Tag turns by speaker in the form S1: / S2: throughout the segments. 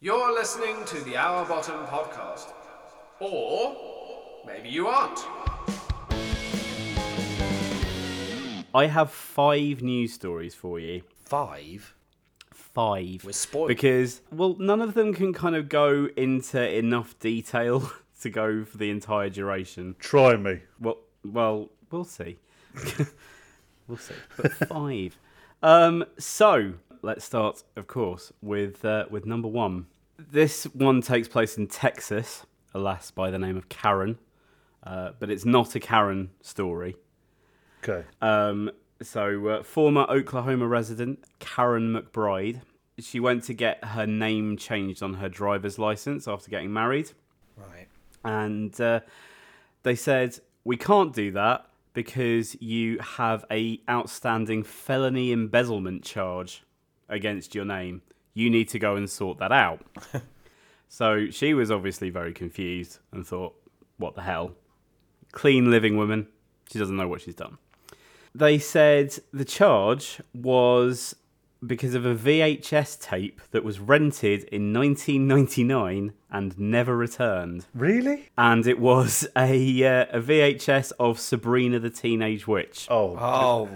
S1: You're listening to the Our Bottom podcast. Or maybe you aren't.
S2: I have five news stories for you.
S3: Five.
S2: Five.
S3: We're spoiled.
S2: Because, well, none of them can kind of go into enough detail to go for the entire duration.
S4: Try me.
S2: Well, well, we'll see. we'll see. But five. Um, so let's start, of course, with uh, with number one. This one takes place in Texas, alas, by the name of Karen, uh, but it's not a Karen story.
S4: Okay.
S3: Uh,
S2: Um, so, uh, former Oklahoma resident Karen McBride, she went to get her name changed on her driver's license after getting married
S3: Right.
S2: and uh, they said we can't do that because you have a outstanding felony embezzlement charge against your name. You need to go and sort that out. so she was obviously very confused and thought, "What the hell?" Clean living woman. She doesn't know what she's done. They said the charge was because of a VHS tape that was rented in 1999 and never returned
S4: Really?
S2: and it was a uh, a VHS of Sabrina the Teenage Witch.
S4: Oh,
S3: Oh,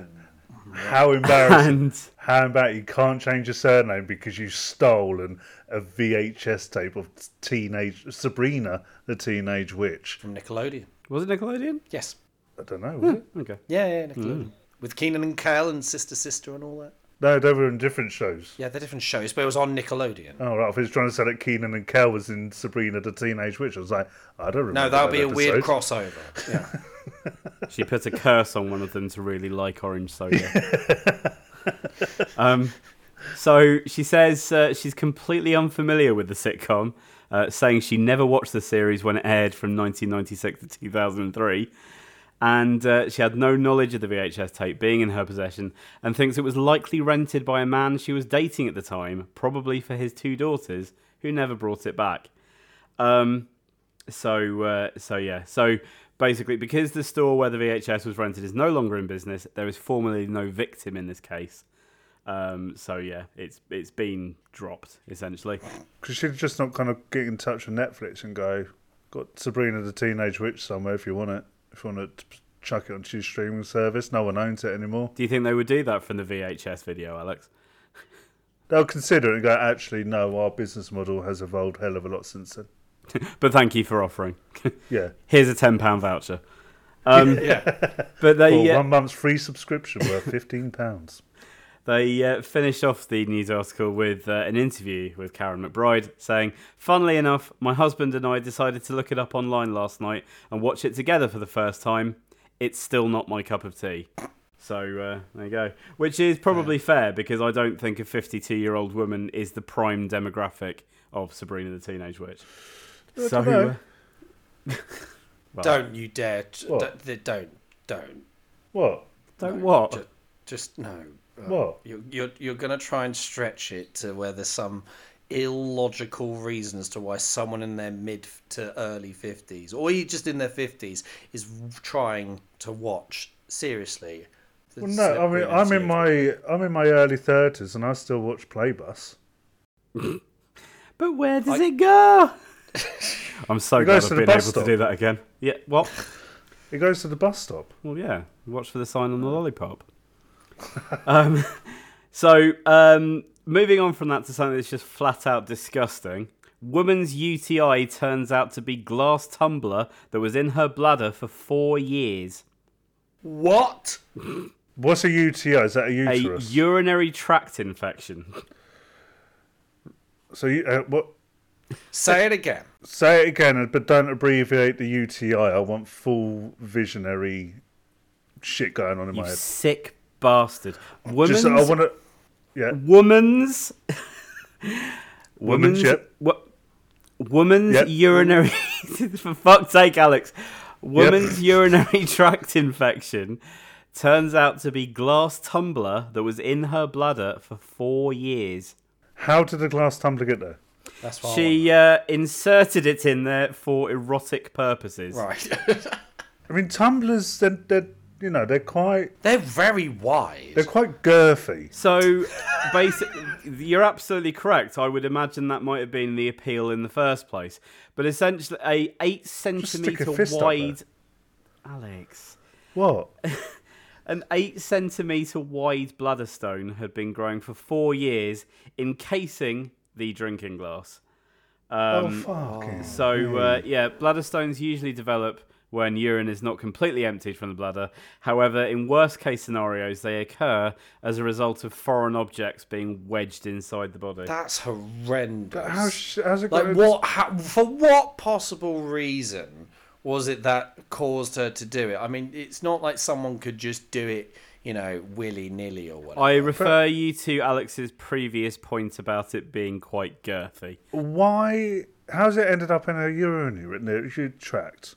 S4: how embarrassing.
S2: And
S4: how about you can't change your surname because you stole an, a VHS tape of teenage Sabrina, the teenage witch.
S3: from Nickelodeon.
S2: was it Nickelodeon?
S3: Yes.
S4: I don't know. Was it?
S2: Okay.
S3: Yeah, yeah, Nickelodeon.
S4: Mm.
S3: With Keenan and Kel and Sister Sister and all that.
S4: No, they were in different shows.
S3: Yeah, they're different shows, but it was on Nickelodeon.
S4: Oh, right. If he was trying to say that Keenan and Kel was in Sabrina, the teenage witch, I was like, I don't remember.
S3: No, that'll
S4: that
S3: be a weird
S4: episode.
S3: crossover. Yeah.
S2: She put a curse on one of them to really like orange soda. um, so she says uh, she's completely unfamiliar with the sitcom, uh, saying she never watched the series when it aired from 1996 to 2003. And uh, she had no knowledge of the VHS tape being in her possession and thinks it was likely rented by a man she was dating at the time, probably for his two daughters, who never brought it back. Um, so uh, so yeah so basically because the store where the vhs was rented is no longer in business there is formally no victim in this case um, so yeah it's it's been dropped essentially
S4: Because she'd just not kind of get in touch with Netflix and go, got Sabrina the Teenage Witch somewhere if you want it. If you want to chuck it onto your streaming service, no one owns it anymore.
S2: do you think they would do that from the vhs video alex
S4: They'll consider it and go, actually, no, our business model has evolved hell of a lot since then.
S2: but thank you for offering
S4: Yeah.
S2: here's a 10 pound voucher um, but
S4: For
S2: they uh,
S4: one month's free subscription worth £15.
S2: They uh, finished off the news article with uh, an interview with Karen McBride saying, Funnily enough, my husband and I decided to look it up online last night and watch it together for the first time. It's still not my cup of tea. So uh, there you go. Which is probably fair because I don't think a 52 year old woman is the prime demographic of Sabrina the Teenage Witch. So,
S4: dunno.
S2: uh,
S3: Don't you dare. t-
S4: What?
S3: d- d- Don't. Don't.
S4: What? Oh.
S2: don't what?
S3: Just, just no. Uh,
S4: What?
S3: You, you're you're going to try and stretch it to where there's some illogical reason as to why someone in their mid to early 50s, or even just in their 50s, is trying to watch seriously. the
S4: Well, no, I mean,
S3: Sabrina
S4: I'm in
S3: Teenage
S4: my I'm in my early thirties and I still watch Playbus.
S2: But where does it go? I'm so
S4: It
S2: glad
S4: goes
S2: I've
S4: to
S2: been
S4: the
S2: able
S4: bus
S2: to
S4: stop.
S2: do that again. Yeah, what?
S4: It goes to the bus stop.
S2: Well, yeah, watch for the sign on the lollipop. um, so, um, moving on from that to something that's just flat out disgusting. Woman's UTI turns out to be glass tumbler that was in her bladder for four years.
S3: What?
S4: What's a UTI? Is that a
S2: A
S4: uterus?
S2: urinary tract infection.
S4: so you, uh, what?
S3: Say it again.
S4: Say it again, but don't abbreviate the UTI. I want full visionary shit going on in my
S2: You
S4: head.
S2: sick bastard. Woman's
S4: Just I want to. Yeah.
S2: woman's woman's
S4: Womanship.
S2: wo- woman's
S4: Yep.
S2: urinary for fuck's sake alex woman's urinary tract infection turns out to be glass tumbler that was in her bladder for four years
S4: How did the glass tumbler get there?
S3: That's what I
S2: she uh, inserted it in there for erotic purposes
S3: want. Right.
S4: I mean, tumblers, they're, they're you know they're quite
S3: They're very wide.
S4: they're quite girthy.
S2: So, basically, you're absolutely correct. I would imagine that might have been the appeal in the first place. But essentially, a eight
S4: stick a
S2: centimeter
S4: fist up there.
S2: wide, Alex,
S4: What?
S3: Um,
S2: an eight centimeter wide bladder stone had been growing for four years, encasing the drinking glass.
S4: oh fucking.
S2: So uh,
S4: Hmm.
S2: yeah, bladder stones usually develop when urine is not completely emptied from the bladder. However, in worst case scenarios, they occur as a result of foreign objects being wedged inside the body.
S3: That's horrendous.
S4: How sh- how's it
S3: like
S4: gonna-
S3: what? How, for what possible reason was it that caused her to do it? I mean, it's not like someone could just do it, you know, willy nilly or whatever.
S2: I refer you to Alex's previous point about it being quite girthy.
S4: Why? How's it ended up in a urinary tract?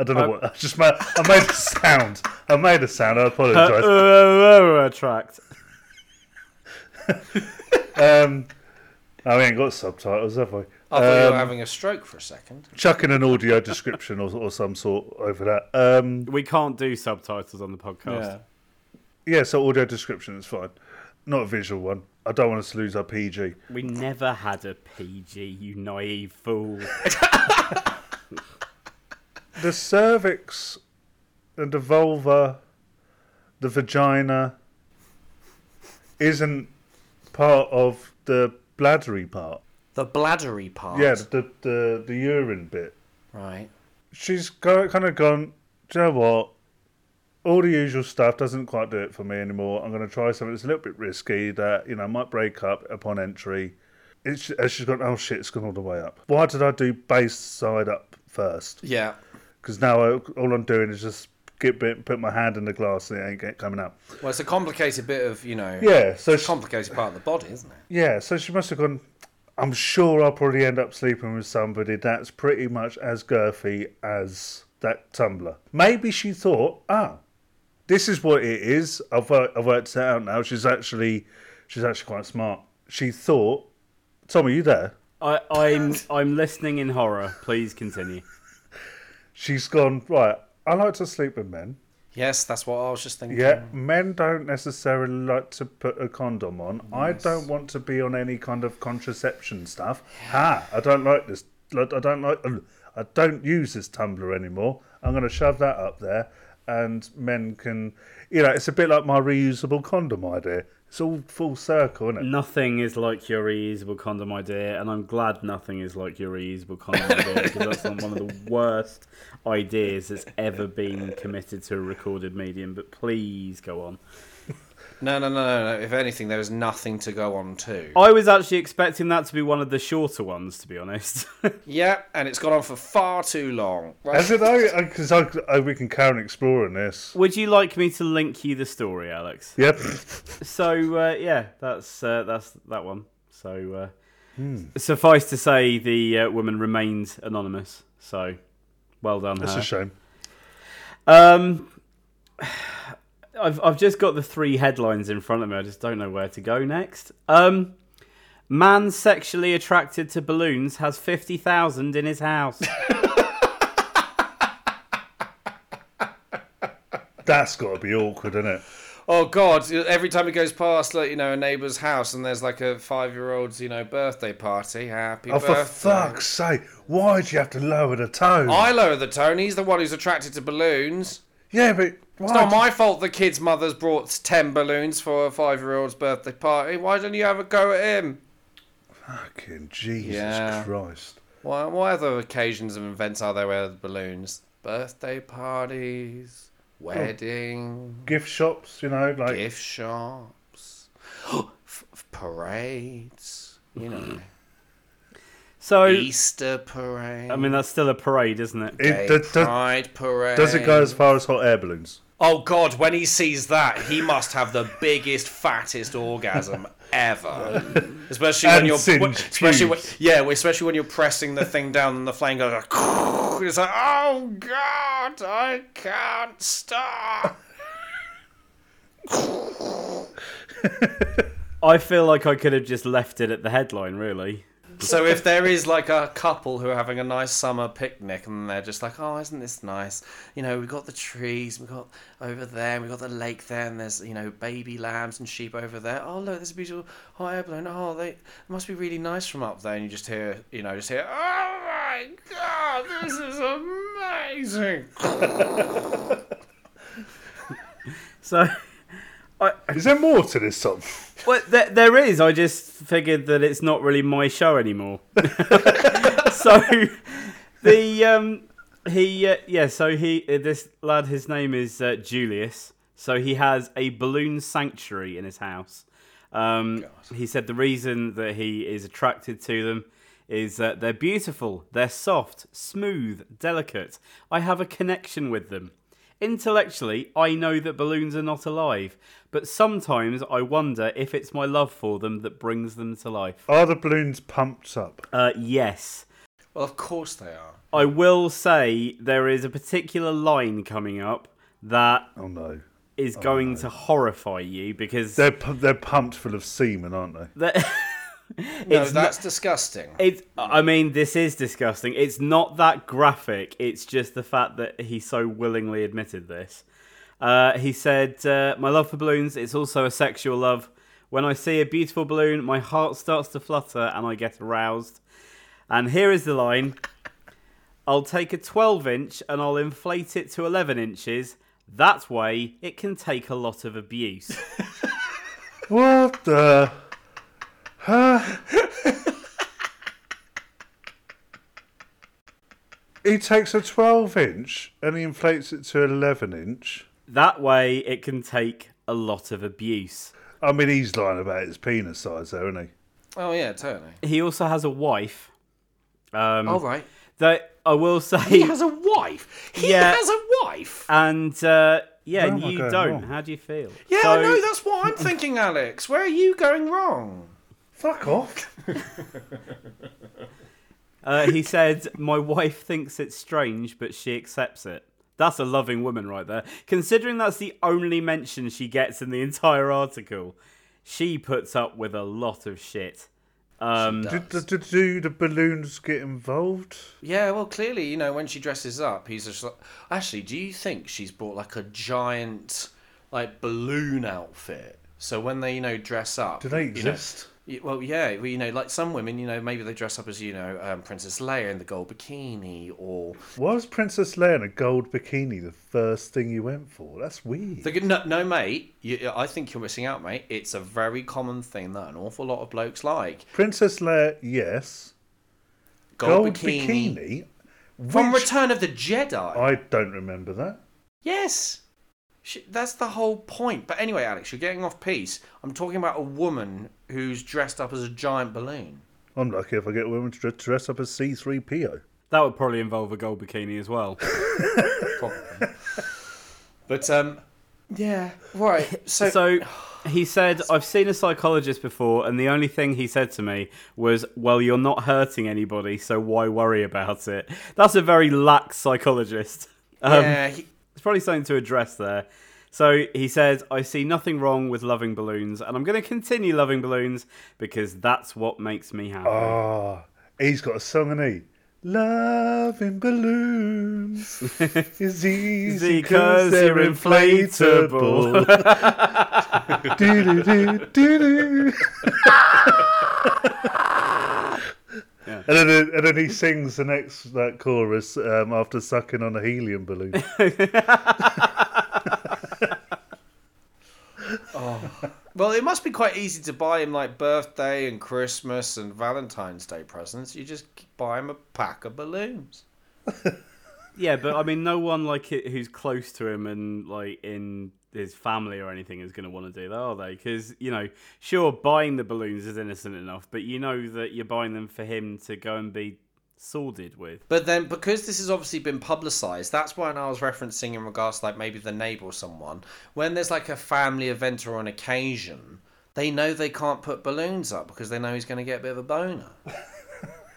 S4: I don't know
S3: Um,
S4: what. I just made, I made a sound. I made a sound. I apologise.
S2: Uh,
S3: Uh,
S2: Attract.
S4: I Oh, ain't got subtitles, have I? Um,
S3: I thought you were having a stroke for a second.
S4: Chucking an audio description or, or some sort over that. Um,
S2: We can't do subtitles on the podcast.
S4: yeah, so audio description is fine. Not a visual one. I don't want us to lose our PG.
S2: We never had a PG, you naive fool.
S4: The cervix and the vulva, the vagina, isn't part of the bladdery part.
S3: The bladdery part.
S4: Yeah, the, the, the urine bit.
S3: Right.
S4: she's go, kind of gone, do you know what? All the usual stuff doesn't quite do it for me anymore. I'm going to try something that's a little bit risky that, you know, might break up upon entry. It's, and she's gone, oh shit, it's gone all the way up. Why did I do base side up first?
S3: Yeah.
S4: Because now I, all I'm doing is just get bit, put my hand in the glass and it ain't get, coming out.
S3: Well, it's a complicated bit of, you know,
S4: Yeah, so she,
S3: complicated part of the body, isn't it?
S4: yeah, so she must have gone, I'm sure I'll probably end up sleeping with somebody that's pretty much as girthy as that tumbler. Maybe she thought, oh, this is what it is. I've worked, I've worked it out now. She's actually, she's actually quite smart. She thought, Tom, are you there?
S2: I, I'm I'm listening in horror. Please continue.
S4: She's gone right. I like to sleep with men.
S3: Yes, that's what I was just thinking.
S4: Yeah, men don't necessarily like to put a condom on. I don't want to be on any kind of contraception stuff. Ha! I don't like this. Like, I don't like. I don't use this tumbler anymore. I'm going to shove that up there, and men can. You know, it's a bit like my reusable condom idea. It's all full circle, isn't it?
S2: Nothing is like your reusable condom idea, and I'm glad nothing is like your reusable condom idea because that's one of the worst ideas that's ever been committed to a recorded medium. But please go on.
S3: No, no, no, no, no. If anything, there is nothing to go on to.
S2: I was actually expecting that to be one of the shorter ones, to be honest.
S3: Yeah, and it's gone on for far too long.
S4: As it though, because I, I, we can carry on exploring this.
S2: Would you like me to link you the story, Alex?
S4: Yep.
S2: So uh, yeah, that's uh, that's that one. So uh,
S4: Hmm.
S2: suffice to say, the uh, woman remains anonymous. So well done.
S4: That's
S3: Uh-huh.
S2: her.
S4: a shame.
S2: Um, I've I've just got the three headlines in front of me. I just don't know where to go next. Um, man sexually attracted to balloons has fifty thousand in his house.
S4: That's got to be awkward, isn't it?
S3: Oh God! Every time he goes past, like you know, a neighbour's house, and there's like a five-year-old's, you know, birthday party. Happy
S4: Oh,
S3: birthday!
S4: for fuck's sake! Why do you have to lower the tone?
S3: I lower the tone. He's the one who's attracted to balloons.
S4: Yeah, but why?
S3: It's not my fault the kid's mother's brought ten balloons for a five-year-old's birthday party. Why don't you have a go at him?
S4: Fucking Jesus
S3: Yeah.
S4: Christ.
S3: Why? What other occasions and events are there where the balloons? Birthday parties, wedding,
S4: Gift shops, you know, Oh. like
S3: gift shops, f- f- parades. You know.
S2: So
S3: Easter parade.
S2: I mean, that's still a parade, isn't it?
S4: it,
S3: a
S4: does- does-
S3: pride parade.
S4: does it go as far as hot air balloons?
S3: Oh God! When he sees that, he must have the biggest, fattest orgasm ever. Especially when
S4: And
S3: you're,
S4: singed
S3: especially when, yeah, especially when you're pressing the thing down and the flame goes. Like, it's like, oh God, I can't stop.
S2: I feel like I could have just left it at the headline, really.
S3: so if there is like a couple who are having a nice summer picnic and they're just like, oh, isn't this nice? You know, we've got the trees, we've got over there, and we've got the lake there, and there's you know baby lambs and sheep over there. Oh look, there's a beautiful high airplane. Oh, they it must be really nice from up there. And you just hear, you know, just hear, oh my god, this is amazing.
S2: So,
S4: Is there more to this song?
S2: well, there, there is. I just figured that it's not really my show anymore. so, the um, he uh, yeah. So he uh, this lad, his name is uh, Julius. So he has a balloon sanctuary in his house. Um, he said the reason that he is attracted to them is that they're beautiful, they're soft, smooth, delicate. I have a connection with them. Intellectually, I know that balloons are not alive, but sometimes I wonder if it's my love for them that brings them to life.
S4: Are the balloons pumped up?
S2: Uh, yes.
S3: Well, of course they are.
S2: I will say there is a particular line coming up that
S4: Oh no.
S2: is going to horrify you because
S4: They're pu- they're pumped full of semen, aren't they?
S2: that-
S3: No,
S2: it's
S3: that's disgusting.
S2: It. I mean, this is disgusting. It's not that graphic. It's just the fact that he so willingly admitted this. Uh, he said, uh, "My love for balloons. It's also a sexual love. When I see a beautiful balloon, my heart starts to flutter and I get aroused. And here is the line: I'll take a 12-inch and I'll inflate it to 11 inches. That way, it can take a lot of abuse."
S4: What the? Huh? he takes a 12 inch and he inflates it to 11 inch.
S2: that way, it can take a lot of abuse.
S4: I mean, he's lying about his penis size, there, isn't
S3: Oh yeah, totally.
S2: He also has a wife. Um,
S3: All right.
S2: that I
S3: He
S2: will say,
S3: has a wife. He
S2: Yeah.
S3: has a wife.
S2: and uh, yeah,
S4: Where
S2: and
S4: am I
S2: you
S4: going
S2: don't.
S4: wrong?
S2: How do you feel?
S3: Yeah,
S2: so,
S3: I know. That's what I'm thinking, Alex. Where are you going wrong?
S4: Fuck off.
S2: uh, he said, "My wife thinks it's strange, but she accepts it." That's a loving woman right there. Considering that's the only mention she gets in the entire article, she puts up with a lot of shit. Um,
S4: Did, did, did, do the balloons get involved?
S3: Yeah, well, clearly, you know, when she dresses up, he's just like. Actually, do you think she's brought like a giant, like balloon outfit? So when they, you know, dress up,
S4: Do they
S3: you know-
S4: exist?
S3: y- well, yeah, well, you know, like some women, you know, maybe they dress up as, you know, um, Princess Leia in the gold bikini, or
S4: Why was Princess Leia in a gold bikini the first thing you went for? That's weird.
S3: They go, no, no, mate. You, I think you're missing out, mate. It's a very common thing that an awful lot of blokes like.
S4: Princess Leia, yes.
S3: Gold,
S4: Gold
S3: bikini.
S4: bikini.
S3: From
S4: Which-
S3: Return of the Jedi.
S4: I don't remember that.
S3: Yes. Sh- That's the whole point. But anyway, Alex, you're getting off piece. I'm talking about a woman who's dressed up as a giant balloon.
S4: I'm lucky if I get women to dre- dress up as C3PO.
S2: that would probably involve a gold bikini as well.
S3: Probably. but, um, yeah, right. So,
S2: So he said, I've seen a psychologist before, and the only thing he said to me was, Well, you're not hurting anybody, so why worry about it? That's a very lax psychologist. Um,
S3: yeah, he-
S2: It's probably something to address there. So he says, I see nothing wrong with loving balloons, and I'm going to continue loving balloons because that's what makes me happy.
S3: Oh.
S4: Ah, he's got a song, and he? Loving balloons is easy because they're inflatable. Doo-doo-doo, doo-doo. And then, and then he sings the next that chorus um, after sucking on a helium balloon.
S3: well, it must be quite easy to buy him like birthday and Christmas and Valentine's Day presents. You just buy him a pack of balloons.
S2: Yeah, but I mean, no one like it, who's close to him and like in his family or anything is going to want to do that, are they? Because you know, sure, buying the balloons is innocent enough, but you know that you're buying them for him to go and be sordid with.
S3: But then, because this has obviously been publicised, that's when I was referencing in regards to like maybe the neighbour or someone. When there's like a family event or an occasion, they know they can't put balloons up because they know he's going to get a bit of a boner.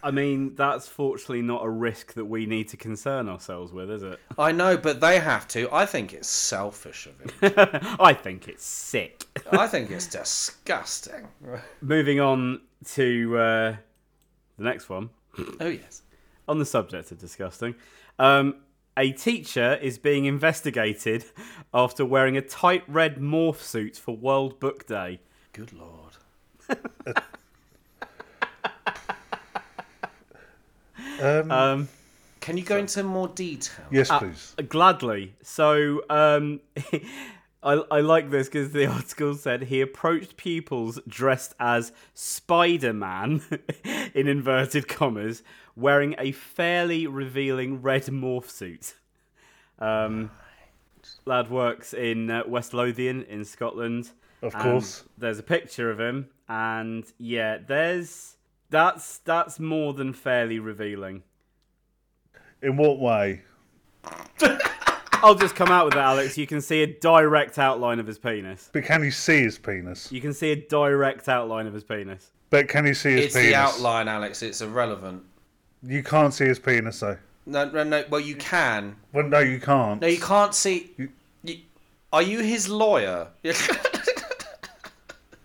S2: I mean, that's fortunately not a risk that we need to concern ourselves with, is it?
S3: I know, but they have to. I think it's selfish of him.
S2: I think it's sick.
S3: I think it's disgusting.
S2: Moving on to uh, the next one,
S3: Oh yes.
S2: on the subject of disgusting, um, a teacher is being investigated after wearing a tight red morph suit for World Book Day.
S3: Good lord.
S4: Um, uh,
S3: Can you go into more detail?
S4: yes, please.
S2: Gladly. So um, I, I like this because the article said he approached pupils dressed as Spider Man, in inverted commas, wearing a fairly revealing red morph suit. Um, lad works in uh, West Lothian in Scotland.
S4: Of
S2: and
S4: course.
S2: there's a picture of him, and yeah, there's that's that's more than fairly revealing.
S4: In what way?
S2: I'll just come out with that, Alex. You can see a direct outline of his penis.
S4: But can you see his penis?
S2: You can see a direct outline of his penis.
S4: But can you see his
S3: It's
S4: penis?
S3: the outline, Alex. It's irrelevant.
S4: You can't see his penis though.
S3: No, no, no. Well, you can.
S4: Well, no, you can't.
S3: No, you can't see. You, are you his lawyer?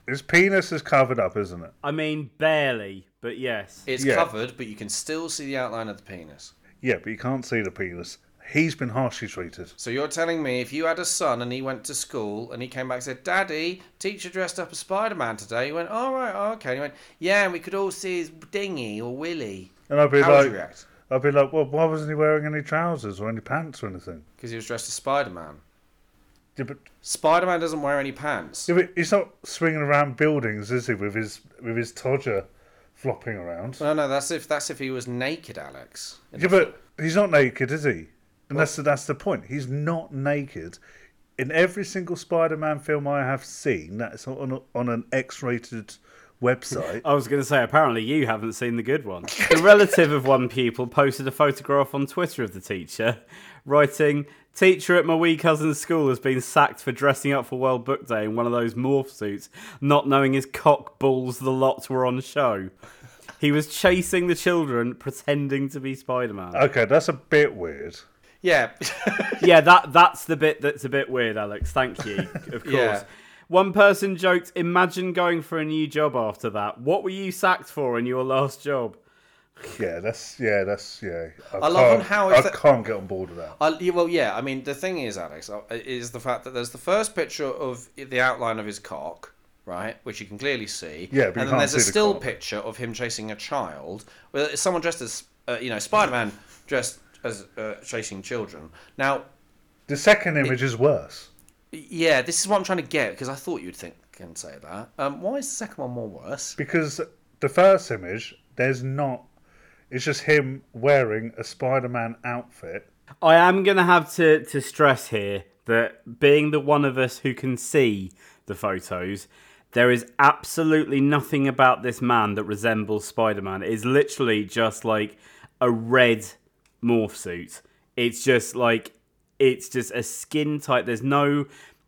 S4: His penis is covered up, isn't it?
S2: I mean, barely, but yes.
S3: it's
S4: Yeah.
S3: covered, but you can still see the outline of the penis.
S4: Yeah, but you can't see the penis. He's been harshly treated.
S3: So you're telling me if you had a son and he went to school and he came back and said, "Daddy, teacher dressed up as Spider-Man today." You went, "All right, oh, okay." And he went, "Yeah," and we could all see his dingy or willy.
S4: And I'd be
S3: How would you
S4: like,
S3: react?
S4: I'd be like, well, why wasn't he wearing any trousers or any pants or anything?
S3: Because he was dressed as Spider-Man.
S4: Yeah, but,
S3: Spider-Man doesn't wear any pants.
S4: yeah, but he's not swinging around buildings, is he? With his with his todger flopping around.
S3: No, no, that's if that's if he was naked, Alex.
S4: Yeah, but he's not naked, is he? And that's the, that's the point. He's not naked. In every single Spider-Man film I have seen, that's on a, on an X-rated website.
S3: Oh.
S2: I was going to say, apparently you haven't seen the good one. The relative of one pupil posted a photograph on Twitter of the teacher, writing, Teacher at my wee cousin's school has been sacked for dressing up for World Book Day in one of those morph suits, not knowing his cock, balls, the lot were on show. He was chasing the children, pretending to be Spider Man.
S4: okay, that's a bit weird.
S3: Yeah.
S2: yeah, that that's the bit that's a bit weird, Alex. Thank you. Of course.
S3: Yeah.
S2: One person joked, "Imagine going for a new job after that. What were you sacked for in your last job?"
S4: Yeah, that's yeah, that's yeah. I,
S3: love on
S4: can't-
S3: how
S4: I
S3: if the-
S4: can't get on board with that.
S3: I, yeah, well, yeah. I mean, the thing is, Alex, uh, is the fact that there's the first picture of the outline of his cock, right, which you can clearly see.
S4: Yeah, but you
S3: and then
S4: can't
S3: there's a
S4: see the
S3: still
S4: cock.
S3: picture of him chasing a child. Well, it's someone dressed as, uh, you know, Spider-Man dressed as uh, chasing children. Now,
S4: The second image is worse.
S3: yeah, this is what I'm trying to get because I thought you'd think and say that. Um, why is the second one more worse?
S4: Because the first image, there's not. It's just him wearing a Spider-Man outfit.
S2: I am going to have to to stress here that being the one of us who can see the photos, there is absolutely nothing about this man that resembles Spider-Man. It's literally just like a red morph suit. It's just like it's just a skin type. There's no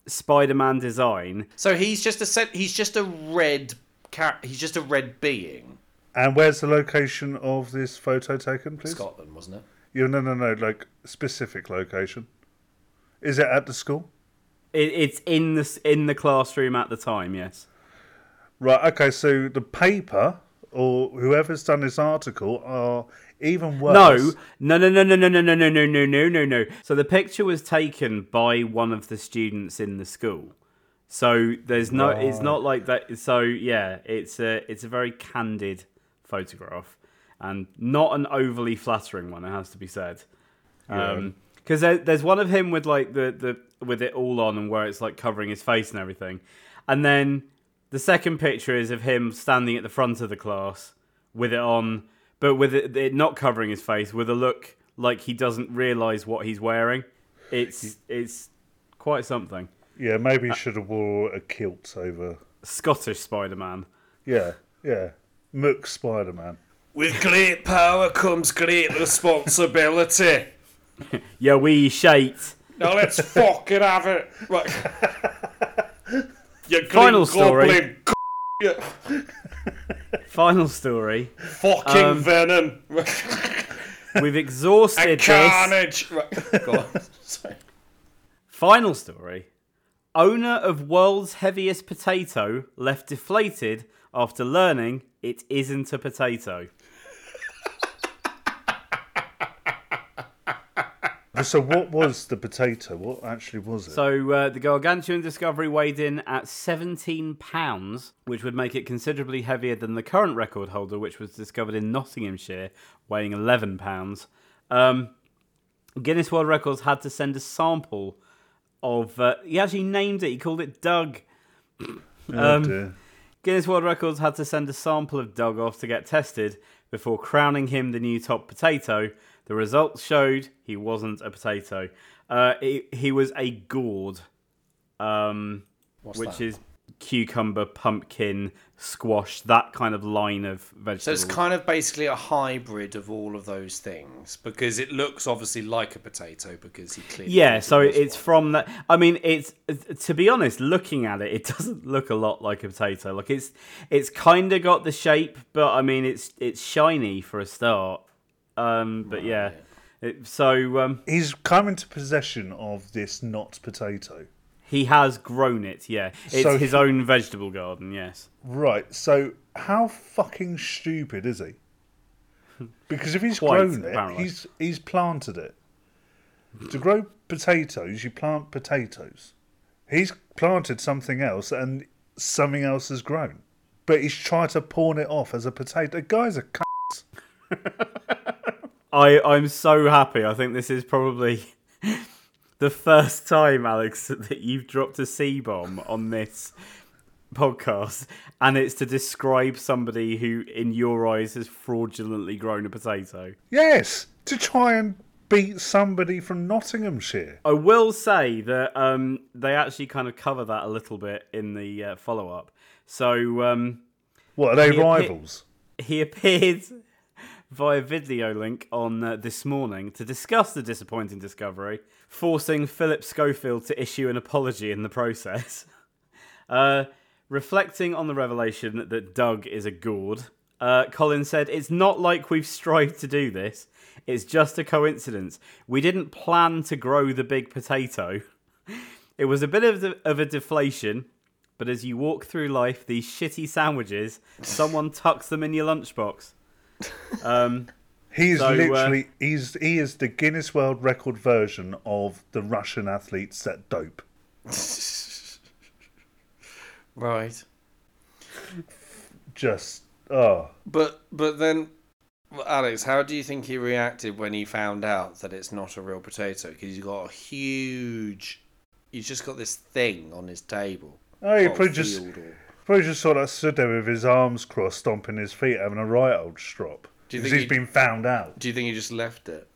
S2: Spider-Man design.
S3: So he's just a set. He's just a red car- He's just a red being.
S4: And where's the location of this photo taken, please?
S3: Scotland, wasn't it?
S4: Yeah, no, no, no. Like specific location. Is it at the school?
S2: It, it's in the s- in the classroom at the time. Yes.
S4: Right. Okay. So the paper or whoever's done this article are even
S2: No,
S4: worse.
S2: no, no, no, no, no, no, no, no, no, no, no, no, no. So the picture was taken by one of the students in the school. So there's no. It's not like that. So yeah, it's a it's a very candid photograph, and not an overly flattering one. It has to be said. Um 'cause because there, there's one of him with like the the with it all on and where it's like covering his face and everything, and then the second picture is of him standing at the front of the class with it on, but with it, it not covering his face, with a look like he doesn't realise what he's wearing. It's it's quite something.
S4: Yeah. Maybe you should have wore a kilt over.
S2: Scottish Spider Man.
S4: Yeah. Yeah. Mook Spider-Man.
S3: With great power comes great responsibility.
S2: Yeah, we shite.
S3: Now let's fucking have it. Right. You
S2: Final story.
S3: c-
S2: Final story.
S3: fucking
S2: Um,
S3: venom.
S2: We've exhausted this.
S3: Right. Go on. Sorry.
S2: Final story. Owner of world's heaviest potato left deflated after learning it isn't a potato.
S4: So, what was the potato? What actually was it?
S2: So uh, the gargantuan discovery weighed in at 17 pounds, which would make it considerably heavier than the current record holder, which was discovered in Nottinghamshire, weighing 11 pounds. Um, Guinness World Records had to send a sample of. Uh, he actually named it. He called it Doug.
S4: oh,
S2: um,
S4: dear.
S2: Guinness World Records had to send a sample of Doug off to get tested before crowning him the new top potato. The results showed he wasn't a potato. Uh, he, he was a gourd, um, which
S3: that?
S2: is cucumber, pumpkin, squash, that kind of line of vegetables.
S3: So it's kind of basically a hybrid of all of those things because it looks obviously like a potato because he clearly
S2: yeah, so it's from that. I mean, it's to be honest, looking at it, it doesn't look a lot like a potato. Like it's it's kind of got the shape, but I mean, it's it's shiny for a start. Um, but yeah, It, so um,
S4: He's come into possession of this not potato.
S2: he has grown it. Yeah, it's
S4: So-
S2: his own vegetable garden. Yes,
S4: Right. So, how fucking stupid is he? Because if he's
S2: Quite,
S4: grown it,
S2: apparently.
S4: he's he's planted it. To grow potatoes, you plant potatoes. He's planted something else, and something else has grown. But he's tried to pawn it off as a potato. The guy's a c-
S2: I I'm so happy. I think this is probably. The first time, Alex, that you've dropped a C bomb on this podcast, and it's to describe somebody who, in your eyes, has fraudulently grown a potato.
S4: yes to try and beat somebody from Nottinghamshire.
S2: I will say that um, they actually kind of cover that a little bit in the uh, follow up. So um,
S4: What are they
S2: He- he-
S4: rivals?
S2: he appeared via video link on uh, this morning to discuss the disappointing discovery, forcing Philip Schofield to issue an apology in the process. Uh, reflecting on the revelation that Doug is a gourd, uh, Colin said, It's not like we've strived to do this. It's just a coincidence. We didn't plan to grow the big potato. It was a bit of, the, of a deflation, but as you walk through life, these shitty sandwiches, someone tucks them in your lunchbox. Um,
S4: He's
S2: So, uh,
S4: literally he's he is the Guinness World Record version of the Russian athletes that dope.
S3: right.
S4: Just oh
S3: But but then, well, Alex, how do you think he reacted when he found out that it's not a real potato? Because he's got a huge, he's just got this thing on his table.
S4: Oh, he
S3: Or
S4: probably just
S3: field or-
S4: probably just sort of stood there with his arms crossed, stomping his feet, having a right old strop.
S3: Do you
S4: Because
S3: think
S4: he's
S3: he-
S4: been found out.
S3: Do you think he just left it?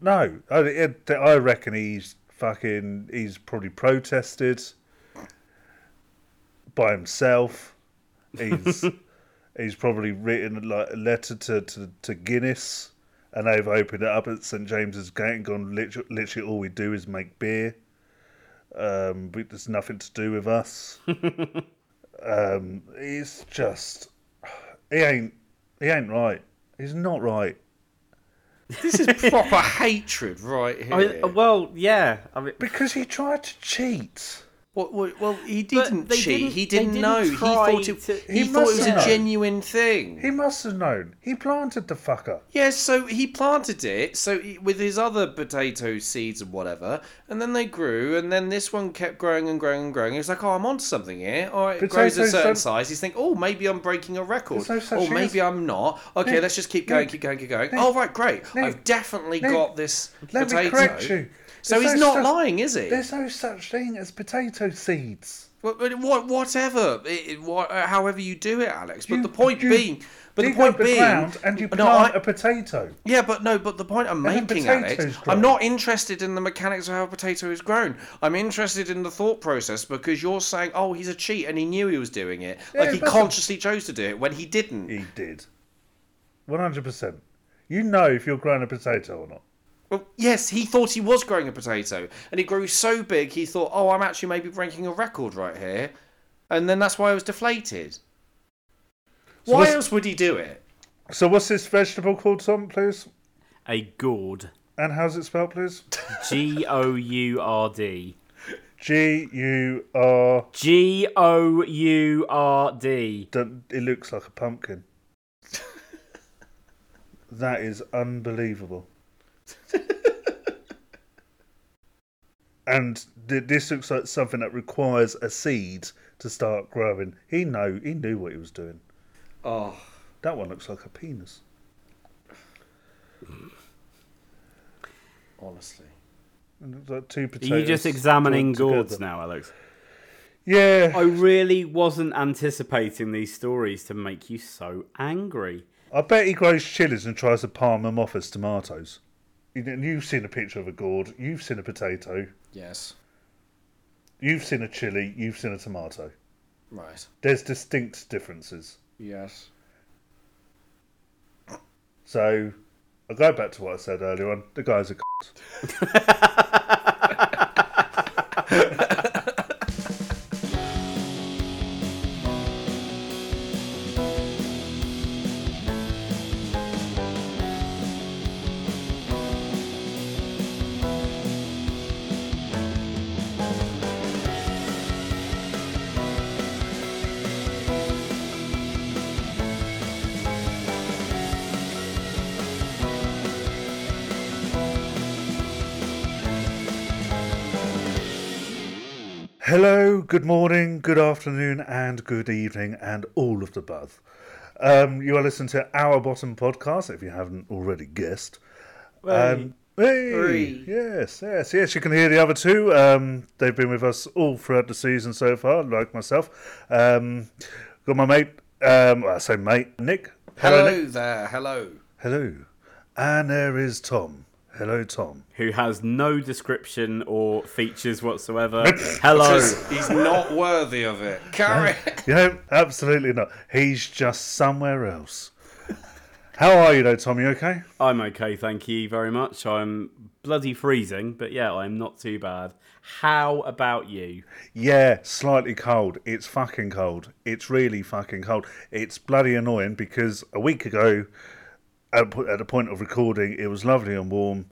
S4: No, I, it- I reckon he's fucking. He's probably protested by himself. He's he's probably written like a letter to, to, to Guinness, and they've opened it up at St James's Gate and gone. Literally, literally all we do is make beer. Um, but there's nothing to do with us. um, he's just he ain't he ain't right. He's not right.
S3: This is proper hatred right here.
S2: I- well, yeah. I mean,
S4: Because he tried to cheat.
S3: Well, well, well, he
S2: But
S3: didn't
S2: they
S3: cheat.
S2: didn't-
S3: he
S2: they
S3: didn't,
S2: didn't
S3: know. He
S2: try
S3: thought it,
S2: to-
S3: he
S4: He
S3: thought it
S4: must
S3: was
S4: know.
S3: a genuine thing.
S4: He must have known. He planted the fucker.
S3: Yeah, so he planted it, so he, with his other potato seeds and whatever, and then they grew, and then this one kept growing and growing and growing. He was like, "Oh, I'm onto something here." All right, it grows a
S4: Potatoes
S3: certain
S4: don't-
S3: size. He's thinking, "Oh, maybe I'm breaking a record.
S4: There's no such
S3: oh,
S4: thing
S3: maybe
S4: as-
S3: I'm not." Okay,
S4: Nick,
S3: let's just keep going,
S4: Nick,
S3: keep going, keep going.
S4: Nick,
S3: oh, right, great.
S4: Nick,
S3: I've definitely
S4: Nick,
S3: got this
S4: Let
S3: potato.
S4: me correct you.
S3: So
S4: There's
S3: he's
S4: no
S3: not
S4: such-
S3: lying, is he?
S4: There's no such thing as potato seeds.
S3: Well, but what, whatever, it, it, what, uh, however you do it, Alex. But
S4: You-
S3: the point
S4: you
S3: being, but the
S4: Dig
S3: point
S4: up the
S3: being,
S4: ground and you
S3: no,
S4: plant
S3: I,
S4: a potato.
S3: yeah, but no, but the point I'm
S4: And the
S3: making,
S4: potatoes
S3: Alex,
S4: grow.
S3: I'm not interested in the mechanics of how a potato is grown. I'm interested in the thought process because you're saying, oh, he's a cheat and he knew he was doing it,
S4: Yeah,
S3: like he
S4: but-
S3: consciously chose to do it when he didn't.
S4: He did. 100%. You know if you're growing a potato or not.
S3: Well, yes, he thought he was growing a potato, and it grew so big he thought, "Oh, I'm actually maybe breaking a record right here," and then that's why it was deflated.
S4: So
S3: why
S4: what's-
S3: else would he do it?
S4: So what's this vegetable called, Tom, please?
S2: a gourd.
S4: And how's it spelled, please?
S2: G O U R D.
S4: G-U-R...
S2: G O U R D.
S4: Don't- It looks like a pumpkin. that is unbelievable. and th- this looks like something that requires a seed to start growing. He know he knew what he was doing.
S3: Oh,
S4: That one looks like a penis.
S3: honestly.
S4: It looks like two potatoes.
S2: Are you just examining
S4: joined together.
S2: gourds now, Alex?
S4: Yeah.
S2: I really wasn't anticipating these stories to make you so angry.
S4: I bet he grows chilies and tries to palm them off as tomatoes. You- And you've seen a picture of a gourd, you've seen a potato,
S3: Yes.
S4: you've seen a chili, you've seen a tomato.
S3: Right.
S4: There's distinct differences.
S3: Yes.
S4: So I go back to what I said earlier on. The guy's a c- Hello, good morning, good afternoon, and good evening, and all of the above. Um, you are listening to Our Bottom Podcast, if you haven't already guessed. Um, hey,
S3: Hooray.
S4: yes, yes, yes. You can hear the other two. Um, they've been with us all throughout the season so far, like myself. Um, got my mate. Um, well, I say mate, Nick.
S3: Hello,
S4: Nick.
S3: there. Hello.
S4: Hello. And there is Tom. Hello, Tom.
S2: Who has no description or features whatsoever. Hello.
S3: He's not worthy of it. Carry.
S4: You know, absolutely not. He's just somewhere else. How are you, though, Tom? You okay?
S2: I'm okay, thank you very much. I'm bloody freezing, but yeah, I'm not too bad. How about you?
S4: Yeah, slightly cold. It's fucking cold. It's really fucking cold. It's bloody annoying because a week ago, at po- at the point of recording, it was lovely and warm,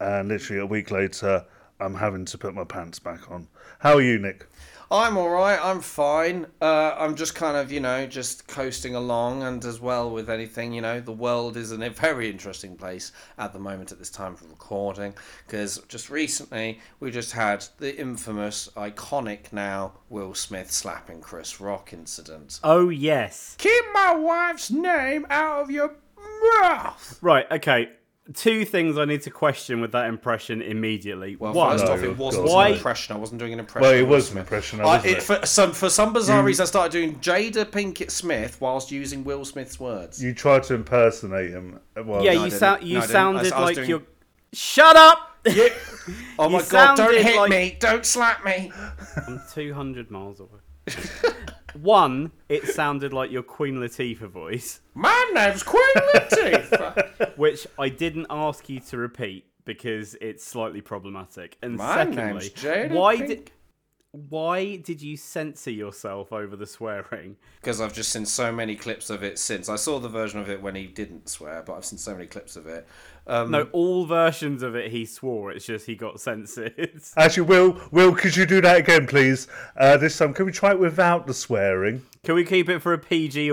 S4: and literally a week later, I'm having to put my pants back on. How are you, Nick?
S3: I'm all right. I'm fine. Uh, I'm just kind of, you know, just coasting along. And as well with anything, you know, the world is in a very interesting place at the moment at this time for recording. Because just recently, we just had the infamous, iconic now Will Smith slapping Chris Rock incident.
S2: Oh, yes.
S3: Keep my wife's name out of your mouth.
S2: Right, okay. Two things I need to question with that impression immediately.
S3: Well,
S2: One,
S3: first
S4: No,
S3: off, it wasn't
S4: Oh, God.
S2: Why-
S3: an impression. I wasn't doing an impression.
S4: Well, it
S3: of Will
S4: was an
S3: Smith.
S4: impression,
S3: I,
S4: wasn't
S3: it,
S4: it?
S3: for, some, for some bizarre reason, I started doing Jada Pinkett Smith whilst using Will Smith's words.
S4: You tried to impersonate him. uh, Well,
S2: yeah,
S3: I
S2: you,
S3: didn't.
S2: sound you
S3: No, I didn't. I was-
S2: sounded
S3: I was
S2: like
S3: doing-
S2: you're. Shut up!
S3: oh my
S2: you
S3: god, don't
S2: sounded
S3: hit
S2: like-
S3: me! Don't slap me!
S2: I'm 200 miles away. One, it sounded like your Queen Latifah voice,
S3: My name's Queen Latifah!
S2: which I didn't ask you to repeat because it's slightly problematic. And
S3: My
S2: secondly,
S3: name's Jada
S2: why
S3: Pink-
S2: did why did you censor yourself over the swearing?
S3: Because I've just seen so many clips of it since. I saw the version of it when he didn't swear, but I've seen so many clips of it. Um,
S2: No, all versions of it he swore. It's just he got censored.
S4: Actually, Will, Will, could you do that again, please? Uh, this time, can we try it without the swearing?
S2: Can we keep it for a PG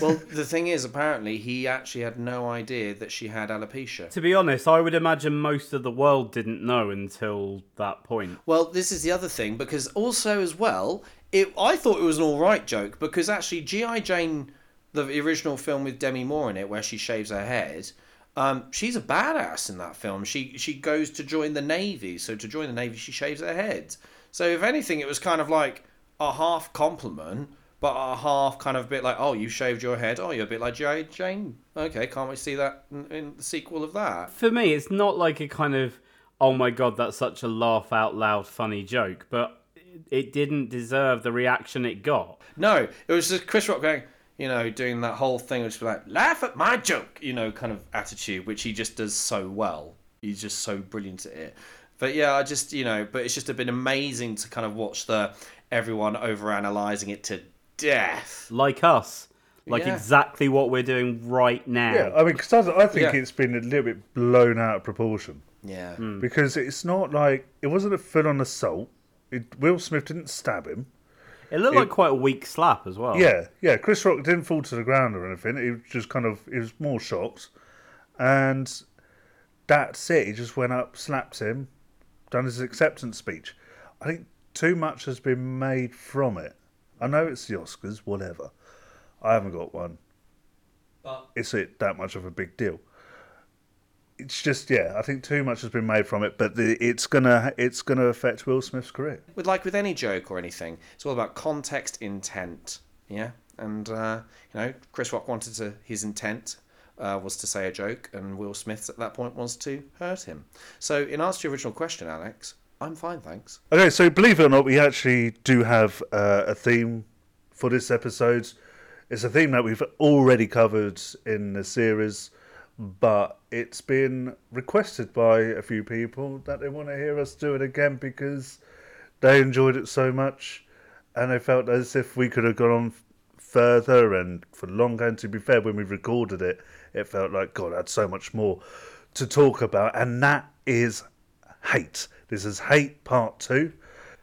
S3: Well, the thing is, apparently, he actually had no idea that she had alopecia.
S2: to be honest, I would imagine most of the world didn't know until that point.
S3: Well, this is the other thing because also as well, it I thought it was an all right joke because actually GI Jane, the original film with Demi Moore in it, where she shaves her head. Um, she's a badass in that film. She she goes to join the navy, so to join the navy, she shaves her head. So if anything, it was kind of like a half compliment, but a half kind of bit like, oh, you shaved your head. Oh, you're a bit like GI Jane. Okay, can't wait to see that in, in the sequel of that.
S2: for me, it's not like a kind of oh my god, that's such a laugh out loud funny joke, but it didn't deserve the reaction it got.
S3: No, it was just Chris Rock going, you know, doing that whole thing, which was like, laugh at my joke, you know, kind of attitude, which he just does so well. He's just so brilliant at it. But yeah, I just, you know, but it's just been amazing to kind of watch the everyone overanalyzing it to death.
S2: Like us, like
S3: Yeah.
S2: exactly what we're doing right now.
S4: Yeah, I mean, because I, I think
S3: Yeah.
S4: it's been a little bit blown out of proportion
S3: Yeah.
S4: because it's not like it wasn't a full-on assault. It, Will Smith didn't stab him.
S2: it looked like quite a weak slap as well.
S4: Yeah, yeah. Chris Rock didn't fall to the ground or anything. He was just kind of he was more shocked, and that's it. He just went up, slapped him, done his acceptance speech. I think too much has been made from it. I know it's the Oscars, whatever. I haven't got one.
S3: But-
S4: Is it that much of a big deal? It's just yeah. I think too much has been made from it, but the, it's gonna it's gonna affect Will Smith's career.
S3: with like with any joke or anything, it's all about context, intent. Yeah, and uh, you know, Chris Rock wanted to. His intent uh, was to say a joke, and Will Smith at that point was to hurt him. So, in answer to your original question, Alex, I'm fine, thanks.
S4: Okay, so believe it or not, we actually do have uh, a theme for this episode. It's a theme that we've already covered in the series, but it's been requested by a few people that they want to hear us do it again because they enjoyed it so much and they felt as if we could have gone on f- further and for longer. And to be fair, when we recorded it, it felt like, God, I had so much more to talk about. And that is hate. This is hate part two.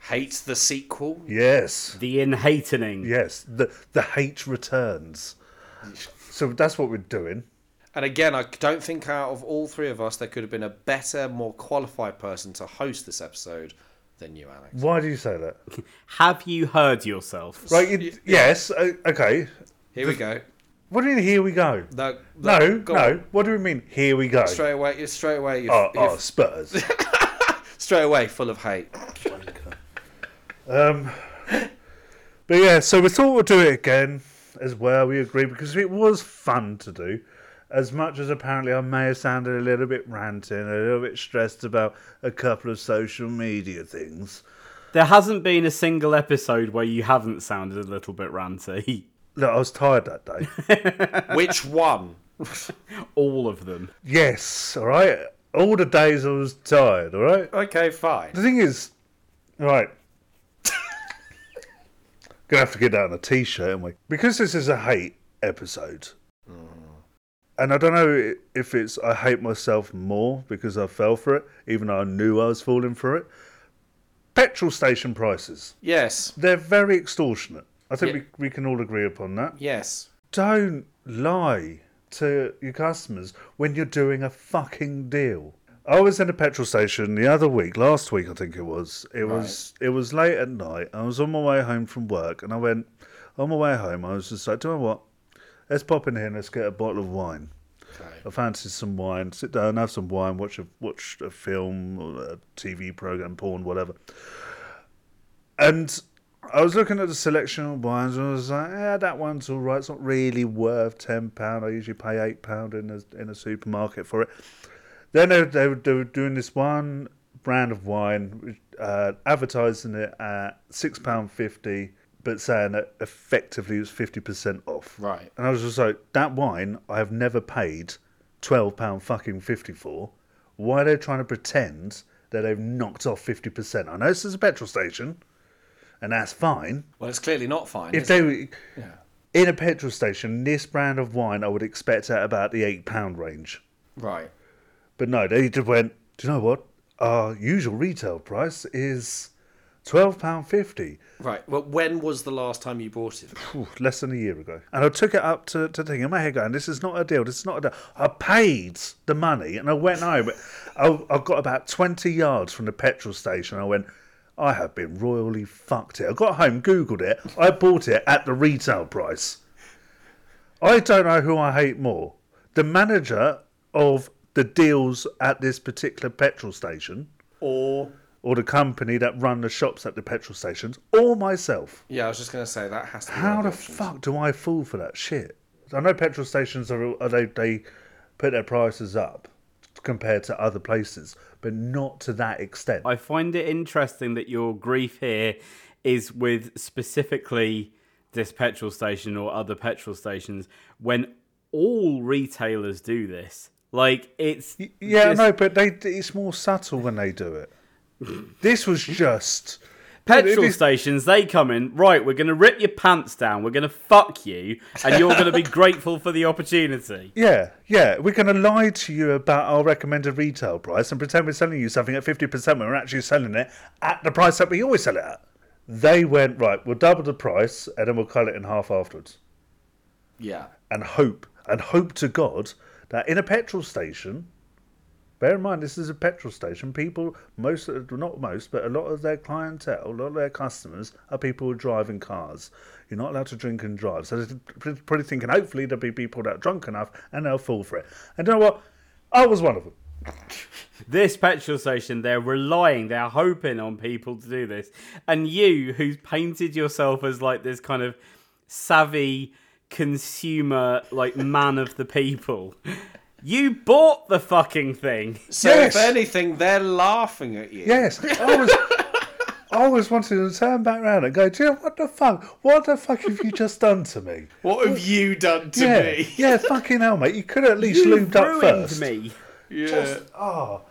S3: Hate the sequel.
S4: Yes.
S2: The in hatening.
S4: Yes. The the hate returns. So that's what we're doing.
S3: And again, I don't think out of all three of us, there could have been a better, more qualified person to host this episode than you, Alex.
S4: Why do you say that?
S2: Have you heard yourself?
S4: Right. You, yes. o- Okay.
S3: Here we go.
S4: What do you mean? Here we go.
S3: No,
S4: No.
S3: go on.
S4: No. What do we mean? Here we go.
S3: Straight away, you're straight away, you're,
S4: Oh,
S3: you're
S4: oh, Spurs.
S3: straight away full of hate.
S4: But yeah, so we thought we'd do it again as well. We agree because it was fun to do. As much as apparently I may have sounded a little bit ranting, a little bit stressed about a couple of social media things.
S2: There hasn't been a single episode where you haven't sounded a little bit ranty.
S4: Look, I was tired that day.
S3: Which one?
S2: All of them.
S4: yes, all right. All the days I was tired, all right.
S3: Okay, fine.
S4: The thing is, all right. Gonna have to get that on a t-shirt, aren't we? Because this is a hate episode, and I don't know i- if it's I hate myself more because I fell for it, even though I knew I was falling for it. Petrol station prices—they're
S3: Yes.
S4: very extortionate. I think
S3: Yeah.
S4: we, we can all agree upon that.
S3: Yes.
S4: Don't lie to your customers when you're doing a fucking deal. I was in a petrol station the other week, last week I think it was. It was it was late at night. I was on my way home from work and I went on my way home I was just like, Do you know what? Let's pop in here and let's get a bottle of wine. I fancied some wine, sit down, have some wine, watch a watch a film or a TV programme, porn, whatever. And I was looking at the selection of wines and I was like, yeah, that one's all right. It's not really worth ten pound. I usually pay eight pound in a in a supermarket for it. Then they, they, were- they were doing this one brand of wine, which, uh, advertising it at six pound fifty, but saying that effectively it was fifty percent off.
S3: Right.
S4: And I was just like, that wine I have never paid twelve pound fucking fifty for. Why are they trying to pretend that they've knocked off fifty percent? I know this is a petrol station, and that's fine.
S3: Well, it's clearly not fine.
S4: If
S3: is it?
S4: they were in a petrol station, this brand of wine I would expect at about the eight pound range.
S3: Right.
S4: But no, they just went. Do you know what? Our usual retail price is twelve pound fifty.
S3: Right. Well, when was the last time you bought it?
S4: Phew, less than a year ago. And I took it up to, to thing in my head going, this is not a deal, this is not a deal. I paid the money and I went home. I, I got about 20 yards from the petrol station. I went, I have been royally fucked here. I got home, Googled it. I bought it at the retail price. I don't know who I hate more. The manager of the deals at this particular petrol station
S3: Or
S4: or the company that run the shops at the petrol stations or myself.
S3: yeah, I was just going to say that has to. Be one
S4: How
S3: of
S4: the
S3: options.
S4: fuck do I fall for that shit? I know petrol stations are, are they, they put their prices up compared to other places, but not to that extent.
S2: I find it interesting that your grief here is with specifically this petrol station or other petrol stations when all retailers do this. Like it's
S4: yeah,
S2: just-
S4: no, but they it's more subtle when they do it. this was just
S2: petrol
S4: It is-
S2: stations they come in, right, we're going to rip your pants down, we're going to fuck you and you're going to be grateful for the opportunity.
S4: yeah, yeah. We're going to lie to you about our recommended retail price and pretend we're selling you something at fifty percent when we're actually selling it at the price that we always sell it at. They went right. We'll double the price and then we'll cut it in half afterwards.
S3: Yeah.
S4: and hope and hope to God that in a petrol station Bear in mind, this is a petrol station. People, most, not most, but a lot of their clientele, a lot of their customers are people who are driving cars. You're not allowed to drink and drive. So they're pr- probably thinking, hopefully, there'll be people that are drunk enough and they'll fall for it. And you know what? I was one of them.
S2: This petrol station, they're relying, they're hoping on people to do this. And you, who's painted yourself as like this kind of savvy consumer, like man of the people, you bought the fucking thing.
S3: So
S4: Yes.
S3: if anything, they're laughing at you.
S4: Yes, I was. I always wanted to turn back round and go, do you know what the fuck? What the fuck have you just done to me?
S3: What have you done to
S4: yeah,
S3: me?
S4: yeah, fucking hell, mate. You could have at least
S2: You
S4: lubed up
S2: ruined
S4: first.
S2: me.
S3: Yeah.
S4: Oh,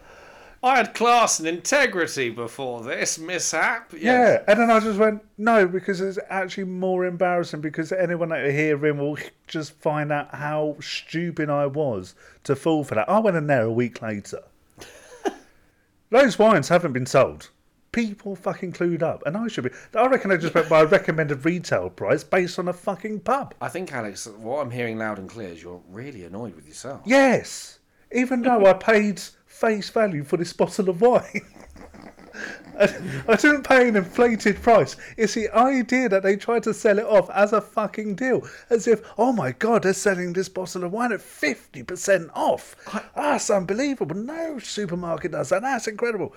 S3: I had class and integrity before this mishap.
S4: yeah.
S3: Yes.
S4: And then I just went, no, because it's actually more embarrassing because anyone that hear him will just find out how stupid I was to fall for that. I went in there a week later. Those wines haven't been sold. People fucking clued up, and I should be. I reckon I just went by a recommended retail price based on a fucking pub.
S3: I think, Alex, what I'm hearing loud and clear is you're really annoyed with yourself.
S4: Yes, even though I paid face value for this bottle of wine. I I didn't pay an inflated price. It's the idea that they tried to sell it off as a fucking deal. As if, oh my god, they're selling this bottle of wine at 50% off. That's unbelievable. No supermarket does that. That's incredible.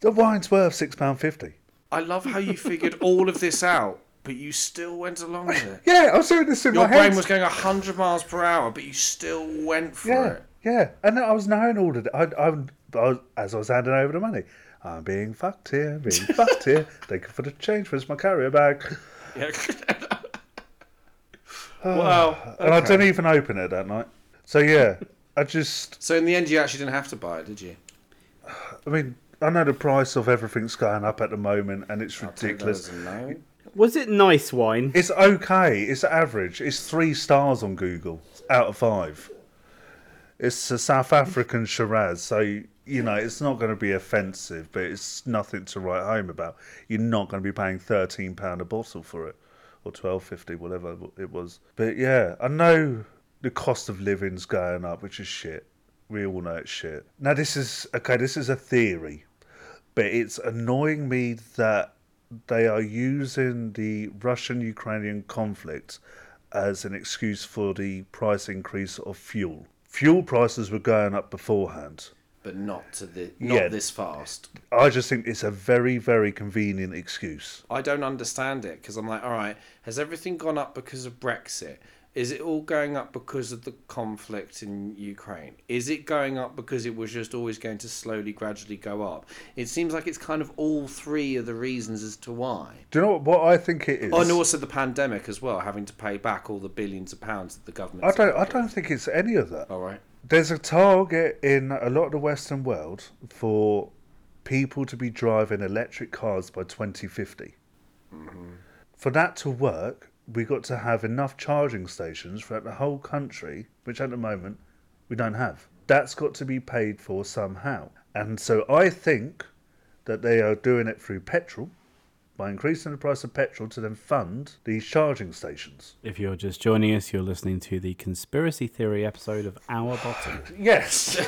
S4: The wine's worth £6.50.
S3: I love how you figured all of this out, but you still went along with it.
S4: Yeah, I was doing this in
S3: Your
S4: my head.
S3: brain was going 100 miles per hour, but you still went for
S4: Yeah,
S3: it.
S4: yeah. And I was knowing all of that. I, I, I, was- as I was handing over the money, I'm being fucked here, being fucked here. Thank you for the change. Where's my carrier bag?
S3: Yeah. Uh. wow.
S4: And I didn't even open it that night. So yeah, I just,
S3: So in the end, you actually didn't have to buy it, did you?
S4: I mean, I know the price of everything's going up at the moment, and it's
S3: Take that
S4: ridiculous.
S3: as a no.
S2: Was it nice wine?
S4: It's okay. It's average. It's three stars on Google out of five. It's a South African Shiraz, so you know it's not going to be offensive, but it's nothing to write home about. You're not going to be paying thirteen pound a bottle for it, or twelve fifty, whatever it was. But yeah, I know the cost of living's going up, which is shit. We all know it's shit. Now this is okay. This is a theory but it's annoying me that they are using the Russian Ukrainian conflict as an excuse for the price increase of fuel. Fuel prices were going up beforehand.
S3: But not to the not
S4: Yeah.
S3: this fast.
S4: I just think it's a very, very convenient excuse.
S3: I don't understand it because I'm like, all right, has everything gone up because of Brexit? Is it all going up because of the conflict in Ukraine? Is it going up because it was just always going to slowly, gradually go up? It seems like it's kind of all three of the reasons as to why.
S4: Do you know what, what I think it is?
S3: Oh, and also the pandemic as well, having to pay back all the billions of pounds that the government.
S4: I don't. I don't think it's any of that.
S3: All right.
S4: There's a target in a lot of the Western world for people to be driving electric cars by 2050. For that to work, we got to have enough charging stations throughout the whole country, which at the moment we don't have. That's got to be paid for somehow. And so I think that they are doing it through petrol by increasing the price of petrol to then fund these charging stations.
S2: If you're just joining us, you're listening to the conspiracy theory episode of Our Bottom.
S4: Yes.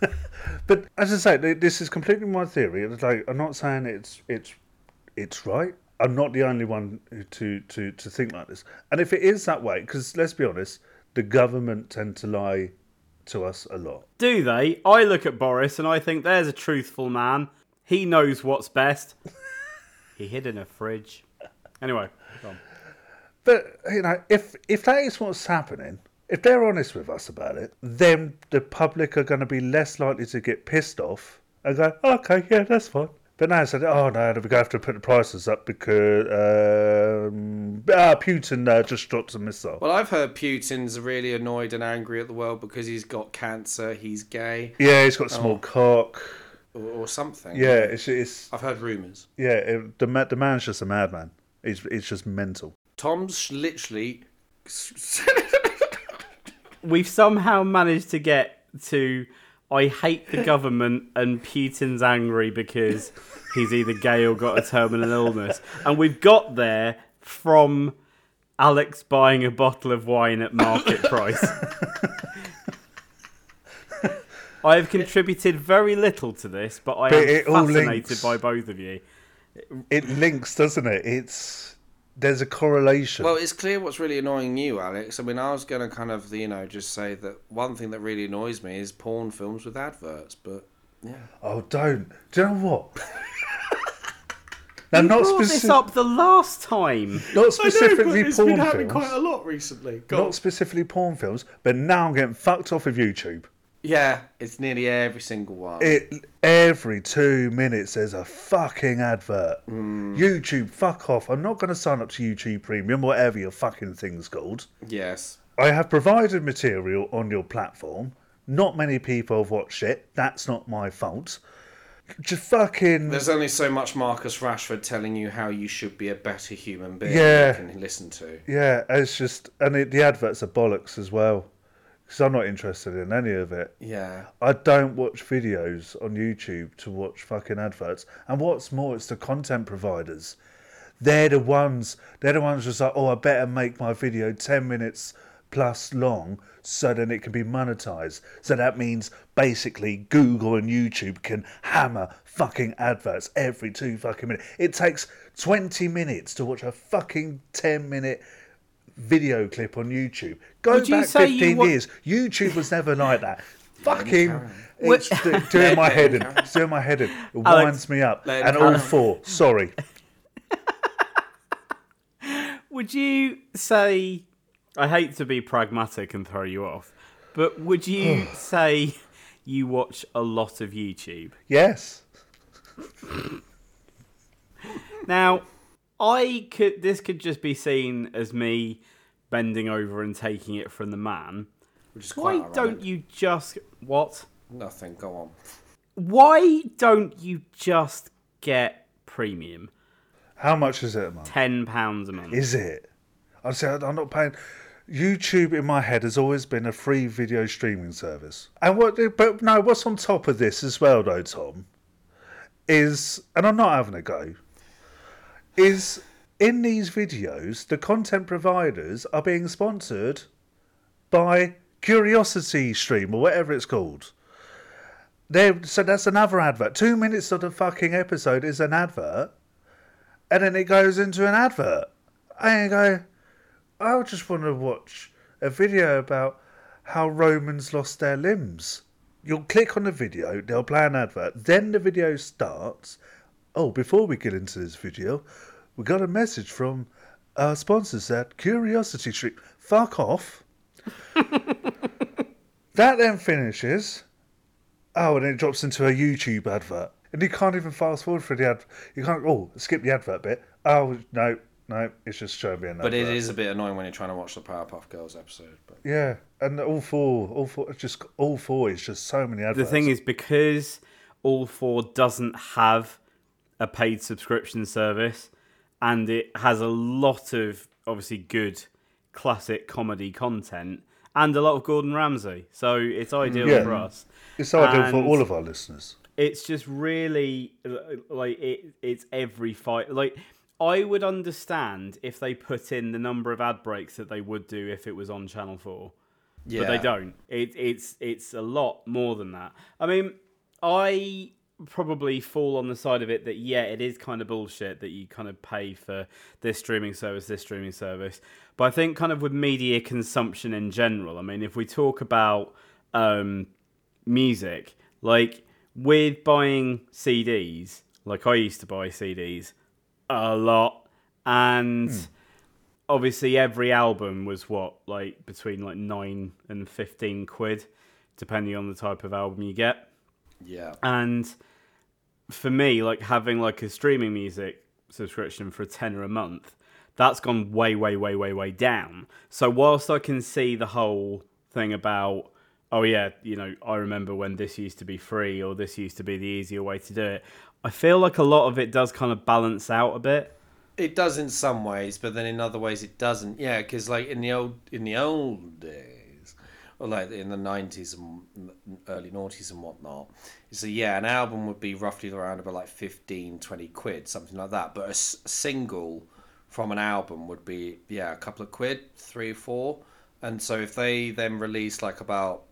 S4: but as I say, th- this is completely my theory. It's like I'm not saying it's it's it's right. I'm not the only one who- to to to think like this. And if it is that way, because let's be honest, the government tend to lie to us a lot.
S2: Do they? I look at Boris and I think there's a truthful man. He knows what's best. he hid in a fridge. Anyway, go on.
S4: But you know, if if that is what's happening, if they're honest with us about it, then the public are going to be less likely to get pissed off and go, "Okay, yeah, that's fine." But now it's like, "Oh no, we're going to have to put the prices up because um, ah, Putin uh, just dropped a missile."
S3: Well, I've heard Putin's really annoyed and angry at the world because he's got cancer, he's gay,
S4: yeah, he's got a small cock.
S3: or, or something.
S4: Yeah, it's it's
S3: I've heard rumours.
S4: yeah. It, the ma- the man's just a madman. It's it's just mental.
S3: Tom's literally.
S2: We've somehow managed to get to I hate the government and Putin's angry because he's either gay or got a terminal illness. And we've got there from Alex buying a bottle of wine at market price. I have contributed very little to this, but I
S4: But
S2: am
S4: it all
S2: fascinated
S4: links.
S2: by both of you.
S4: It links, doesn't it? It's there's a correlation.
S3: Well, it's clear what's really annoying you, Alex. I mean, I was going to kind of, you know, just say that one thing that really annoys me is porn films with adverts, but yeah.
S4: oh, don't. Do you know what? now,
S2: I
S4: not,
S2: brought
S4: speci-
S2: this up the last time.
S4: not specifically porn films.
S3: lot recently.
S4: Not specifically porn films, but now I'm getting fucked off with YouTube.
S3: Yeah, it's nearly every single one.
S4: It every two minutes there's a fucking advert. YouTube, fuck off! I'm not going to sign up to YouTube Premium, whatever your fucking thing's called.
S3: yes.
S4: I have provided material on your platform. Not many people have watched it. That's not my fault. Just fucking
S3: There's only so much Marcus Rashford telling you how you should be a better human being
S4: Yeah.
S3: you can listen to.
S4: yeah. It's just and it, the adverts are bollocks as well. Because I'm not interested in any of it.
S3: Yeah.
S4: I don't watch videos on YouTube to watch fucking adverts. And what's more, it's the content providers. They're the ones. They're the ones just like, oh, I better make my video ten minutes plus long, so then it can be monetized. So that means basically Google and YouTube can hammer fucking adverts every two fucking minutes. It takes twenty minutes to watch a fucking ten minute video clip on YouTube. Go
S2: Would you
S4: back
S2: say you
S4: fifteen
S2: wa-
S4: years. YouTube was never like that. Fucking, it's do- doing my head in. It's doing my head in. It
S2: Alex,
S4: winds me up.
S3: let him
S4: And all
S3: carry on.
S4: four. Sorry.
S2: Would you say I hate to be pragmatic and throw you off, but would you say you watch a lot of YouTube?
S4: Yes.
S2: Now, I could this could just be seen as me bending over and taking it from the man.
S3: Which is
S2: Why
S3: quite
S2: don't you just what?
S3: Nothing, go on.
S2: Why don't you just get premium?
S4: How much is it a month?
S2: Ten pounds a month.
S4: Is it? I say I'm not paying. YouTube in my head has always been a free video streaming service. And what? But no, what's on top of this as well, though, Tom, is and I'm not having a go. Is in these videos the content providers are being sponsored by Curiosity Stream or whatever it's called. There, so that's another advert. Two minutes of the fucking episode is an advert, and then it goes into an advert. And you go, I just want to watch a video about how Romans lost their limbs. You'll click on the video, they'll play an advert, then the video starts. Oh, before we get into this video, we got a message from our sponsors at Curiosity Street. Fuck off. that then finishes. Oh, and it drops into a YouTube advert. And you can't even fast forward for the ad. You can't, oh, skip the advert bit. Oh, no, no, it's just showing me an
S3: But
S4: advert.
S3: it is a bit annoying when you're trying to watch the Powerpuff Girls episode. But
S4: Yeah, and all four, all four, just all four is just so many
S2: The
S4: adverts.
S2: thing is, because All Four doesn't have a paid subscription service, and it has a lot of obviously good classic comedy content and a lot of Gordon Ramsay, so it's ideal
S4: Yeah.
S2: for us.
S4: it's ideal for
S2: and-
S4: all of our listeners.
S2: It's just really uh, like it. It's every fight. Like I would understand if they put in the number of ad breaks that they would do if it was on Channel Four
S3: yeah.
S2: but they don't. It, it's it's a lot more than that. I mean, I probably fall on the side of it that yeah, it is kind of bullshit that you kind of pay for this streaming service, this streaming service. But I think kind of with media consumption in general. I mean, if we talk about um, music, like with buying CDs, like I used to buy CDs a lot, and obviously every album was what like between like 9 and 15 quid depending on the type of album you get
S3: Yeah.
S2: and for me like having like a streaming music subscription for a tenner a month that's gone way way way way way down so whilst i can see the whole thing about oh yeah you know i remember when this used to be free or this used to be the easier way to do it i feel like a lot of it does kind of balance out a bit
S3: It does in some ways, but then in other ways it doesn't. Yeah, because like in the old in the old days, or like in the nineties and early noughties and whatnot, so yeah, an album would be roughly around about like 15, 20 quid, something like that. But a s- single from an album would be yeah a couple of quid, three or four. And so if they then release like about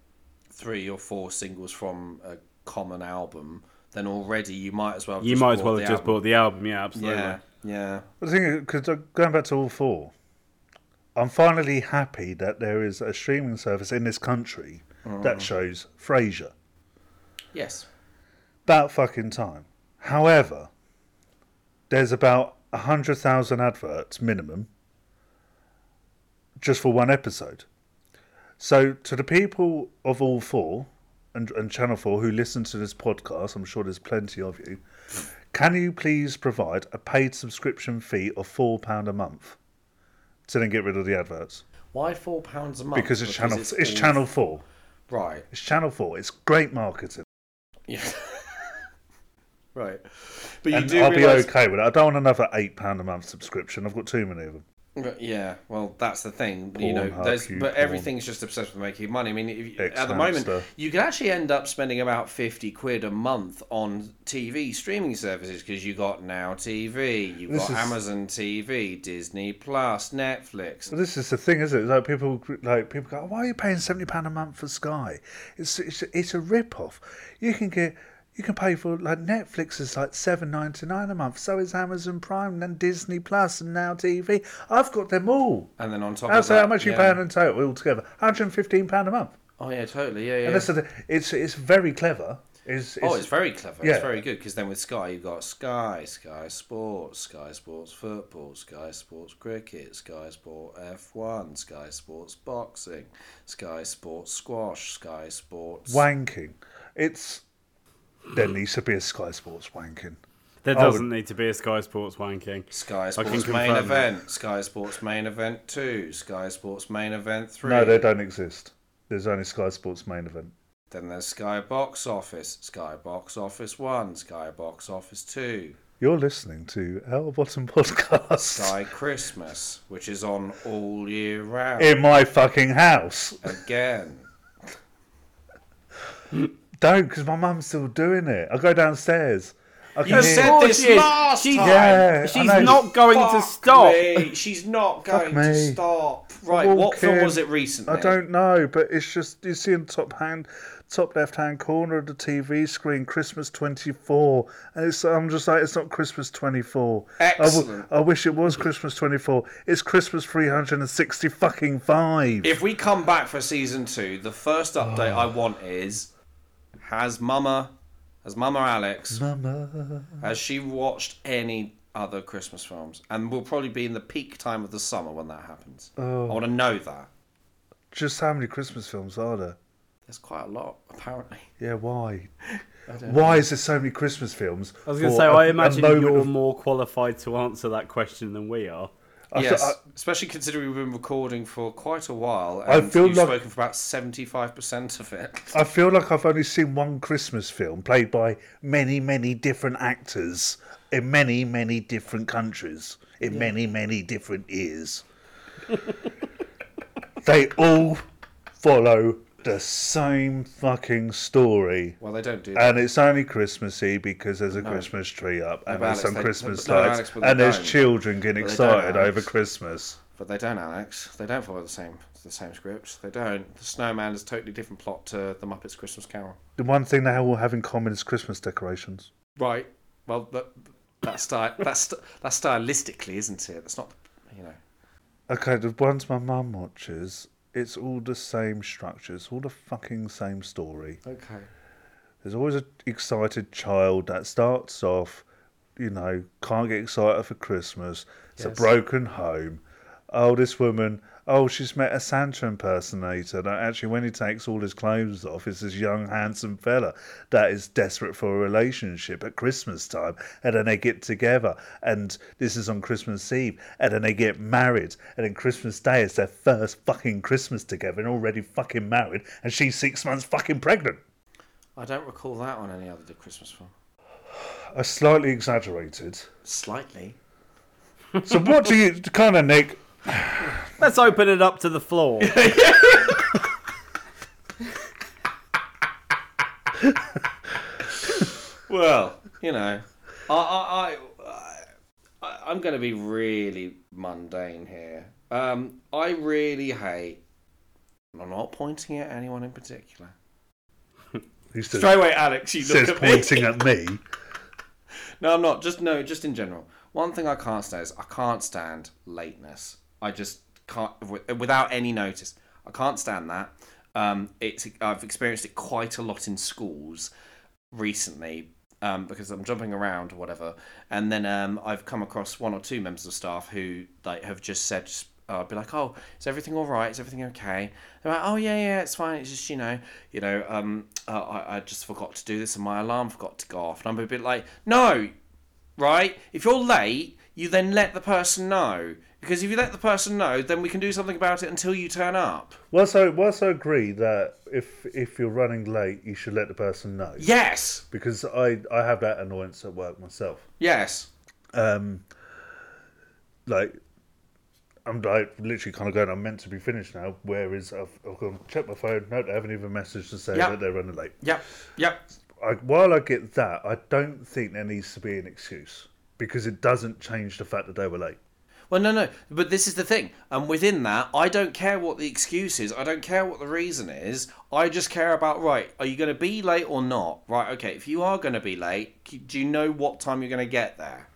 S3: three or four singles from a common album, then already you might as well. Have
S2: You
S3: just
S2: might as
S3: bought
S2: well
S3: the
S2: have just
S3: album.
S2: bought the album. Yeah, absolutely.
S3: Yeah, yeah.
S4: The thing is, because going back to all four, I'm finally happy that there is a streaming service in this country
S2: Oh.
S4: that shows Frasier.
S3: Yes.
S4: About fucking time. However, there's about 100,000 adverts minimum just for one episode. So, to the people of all four and, and Channel 4 who listen to this podcast, I'm sure there's plenty of you, can you please provide a paid subscription fee of £4 a month to then get rid of the adverts?
S3: Why four pounds a month?
S4: Because it's, channel, it's,
S3: all-
S4: channel 4.
S3: Right.
S4: It's Channel 4. It's great marketing.
S3: Yeah. right. But you
S4: And
S3: do
S4: I'll
S3: realise
S4: be okay with it. I don't want another £8 a month subscription. I've got too many of them.
S3: But yeah, well, that's the thing. you know,
S4: Pornhub,
S3: there's,
S4: Q
S3: but
S4: porn.
S3: everything's just obsessed with making money. I mean, if, you- at the
S4: Ex-hamster.
S3: moment, you can actually end up spending about fifty quid a month on TV streaming services because you got Now TV, you have
S4: This
S3: got
S4: is-
S3: Amazon TV, Disney Plus, Netflix.
S4: But this is the thing, is it? Like people, like people go, "Why are you paying seventy pound a month for Sky?" It's it's it's a rip off. You can get you can pay for like Netflix is like seven ninety nine a month. So is Amazon Prime, then Disney Plus, and now TV. I've got them all.
S3: And then on top
S4: How
S3: of
S4: so?
S3: that,
S4: How much are
S3: yeah.
S4: you paying in total altogether? One hundred fifteen pound a month.
S3: Oh yeah, totally. Yeah, yeah.
S4: And that's the, thing. it's it's very clever. Is
S3: Oh, it's very clever.
S4: Yeah.
S3: It's very good because then with Sky you've got Sky, Sky Sports, Sky Sports Football, Sky Sports Cricket, Sky Sport F1, Sky Sports Boxing, Sky Sports Squash, Sky Sports.
S4: wanking. It's there needs to be a Sky Sports wanking.
S2: There
S4: I would-
S2: doesn't need to be a Sky Sports wanking.
S3: Sky
S2: can
S3: Sports Main
S2: confirm that.
S3: Event, Sky Sports Main Event 2, Sky Sports Main Event 3.
S4: No, they don't exist. There's only Sky Sports main event.
S3: Then there's Sky Box Office, Sky Box Office 1, Sky Box Office 2,
S4: You're listening to Our Bottom Podcast
S3: Sky Christmas, which is on all year round.
S4: in my fucking house.
S3: Again.
S4: Don't, because my mum's still doing it. I go downstairs. I can
S3: You
S4: hear-
S3: said this
S2: She is.
S3: last
S2: She's-
S3: time.
S4: Yeah, I
S2: She's
S4: know.
S2: not going to stop.
S3: me, She's not going to
S4: me.
S3: stop. Right, what film
S4: Walking.
S3: was it recently?
S4: I don't know, but it's just you see in the top hand, top left hand corner of the TV screen, Christmas twenty four, and it's I'm just like it's not Christmas twenty four.
S3: Excellent.
S4: I wish it was Christmas twenty four. It's Christmas three hundred and sixty fucking five.
S3: If we come back for season two, the first update
S4: Oh.
S3: I want is Has Mama has Mama Alex
S4: Mama.
S3: has she watched any other Christmas films? And we'll probably be in the peak time of the summer when that happens.
S4: Oh.
S3: I wanna know that.
S4: Just how many Christmas films are there?
S3: There's quite a lot, apparently.
S4: Yeah, why? Why is there so many Christmas films?
S2: I was going to say, I imagine you're more qualified to answer that question than we are.
S3: yes, especially considering we've been recording for quite a while and
S4: I feel
S3: you've
S4: like-
S3: spoken for about seventy-five percent of it.
S4: I feel like I've only seen one Christmas film played by many, many different actors in many, many different countries in many, many different years. they all follow the same fucking story.
S3: Well, they don't do that.
S4: And it's only Christmassy because there's a Christmas tree up and
S3: but
S4: there's
S3: Alex,
S4: some
S3: they-
S4: Christmas
S3: no,
S4: lights
S3: Alex, but they
S4: and there's
S3: don't.
S4: children getting
S3: But they don't,
S4: excited
S3: Alex.
S4: over Christmas.
S3: But they don't, Alex. They don't follow the same the same scripts. They don't. The Snowman is a totally different plot to the Muppets Christmas Carol.
S4: The one thing they all have in common is Christmas decorations.
S3: Right. Well, that that's sty- that's st- that's stylistically, isn't it? That's not you know.
S4: Okay, the ones my mum watches, it's all the same structure. It's all the fucking same story.
S3: Okay.
S4: There's always an excited child that starts off, you know, can't get excited for Christmas. It's a broken home. Oh, this woman, oh, she's met a Santa impersonator. That actually, when he takes all his clothes off, it's this young, handsome fella that is desperate for a relationship at Christmas time. And then they get together, and this is on Christmas Eve. And then they get married. And then Christmas Day is their first fucking Christmas together and already fucking married. And she's six months fucking pregnant.
S3: I don't recall that on any other Christmas film.
S4: are slightly exaggerated.
S3: Slightly.
S4: So what do you kind of Nick?
S2: Let's open it up to the floor.
S3: Well, you know, I I. I, I I'm going to be really mundane here. Um, I really hate, and I'm not pointing at anyone in particular,
S4: He says,
S3: Straight away, Alex, you look
S4: says
S3: at me.
S4: pointing at me.
S3: No, I'm not. Just no, just in general. One thing I can't stand is I can't stand lateness. I just can't wi- without any notice. I can't stand that. Um, it's I've experienced it quite a lot in schools recently um, because I'm jumping around or whatever, and then um, I've come across one or two members of staff who like have just said, just, uh, "Be like, oh, is everything all right? Is everything okay?" They're like, "Oh yeah, yeah, it's fine. It's just you know, you know, um, uh, I, I just forgot to do this, and my alarm forgot to go off." And I'm a bit like, "No, right? If you're late, you then let the person know." Because if you let the person know, then we can do something about it until you turn up.
S4: Whilst I, whilst I agree that if if you're running late, you should let the person know.
S3: Yes,
S4: Because I, I have that annoyance at work myself.
S3: yes,
S4: um like I'm like literally kind of going. I'm meant to be finished now. Where is I've, I've gone check my phone. No, they haven't even messaged to say
S3: Yeah.
S4: that they're running late.
S3: yep, yep.
S4: I, while I get that, I don't think there needs to be an excuse because it doesn't change the fact that they were late.
S3: Well, no, no, but this is the thing. And within that, I don't care what the excuse is. I don't care what the reason is. I just care about right. Are you going to be late or not? Right. Okay. If you are going to be late, c- do you know what time you're going to get there?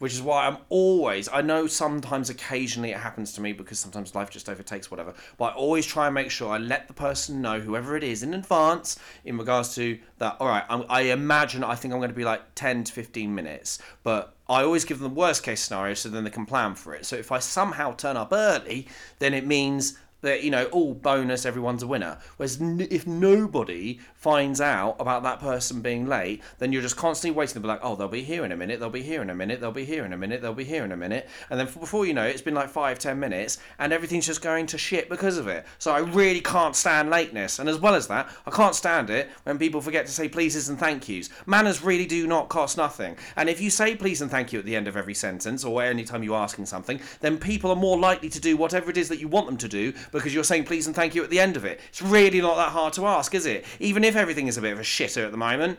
S3: Which is why I'm always. I know sometimes, occasionally, it happens to me because sometimes life just overtakes whatever. But I always try and make sure I let the person know, whoever it is, in advance, in regards to that. All right, I'm, I imagine I think I'm going to be like 10 to 15 minutes, but I always give them the worst case scenario so then they can plan for it. So if I somehow turn up early, then it means that you know all bonus everyone's a winner whereas n- if nobody finds out about that person being late then you're just constantly waiting to be like oh they'll be here in a minute they'll be here in a minute they'll be here in a minute they'll be here in a minute and then f- before you know it it's been like five ten minutes and everything's just going to shit because of it so i really can't stand lateness and as well as that i can't stand it when people forget to say pleases and thank yous manners really do not cost nothing and if you say please and thank you at the end of every sentence or any time you're asking something then people are more likely to do whatever it is that you want them to do because you're saying please and thank you at the end of it. It's really not that hard to ask, is it? Even if everything is a bit of a shitter at the moment.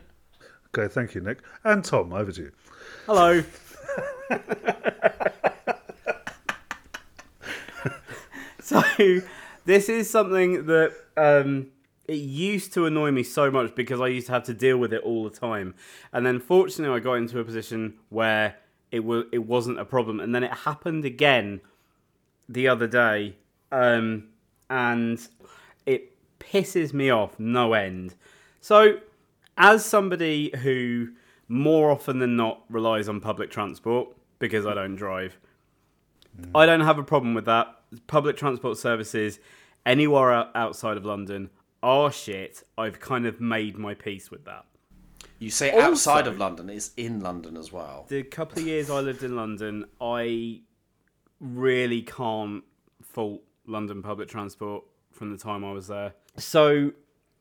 S4: Okay, thank you, Nick and Tom. Over to you.
S2: Hello. so this is something that um, it used to annoy me so much because I used to have to deal with it all the time, and then fortunately I got into a position where it was it wasn't a problem, and then it happened again the other day, um, and it pisses me off no end. So, as somebody who more often than not relies on public transport because I don't drive, I don't have a problem with that. Public transport services anywhere o- outside of London are shit. I've kind of made my peace with that.
S3: You say
S2: Also-
S3: outside of London, it's in London as well.
S2: the couple of years I lived in London, I really can't fault London public transport from the time I was there. So,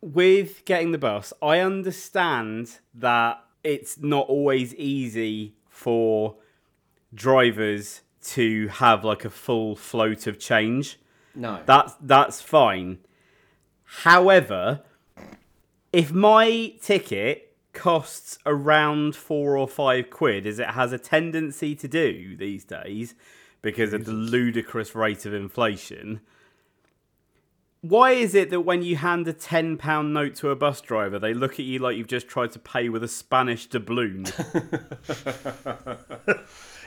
S2: with getting the bus, I understand that it's not always easy for drivers to have like a full float of change.
S3: No.
S2: That's that's fine. However, if my ticket costs around four or five quid, as it has a tendency to do these days, because of the ludicrous rate of inflation, why is it that when you hand a ten pound note to a bus driver, they look at you like you've just tried to pay with a Spanish doubloon?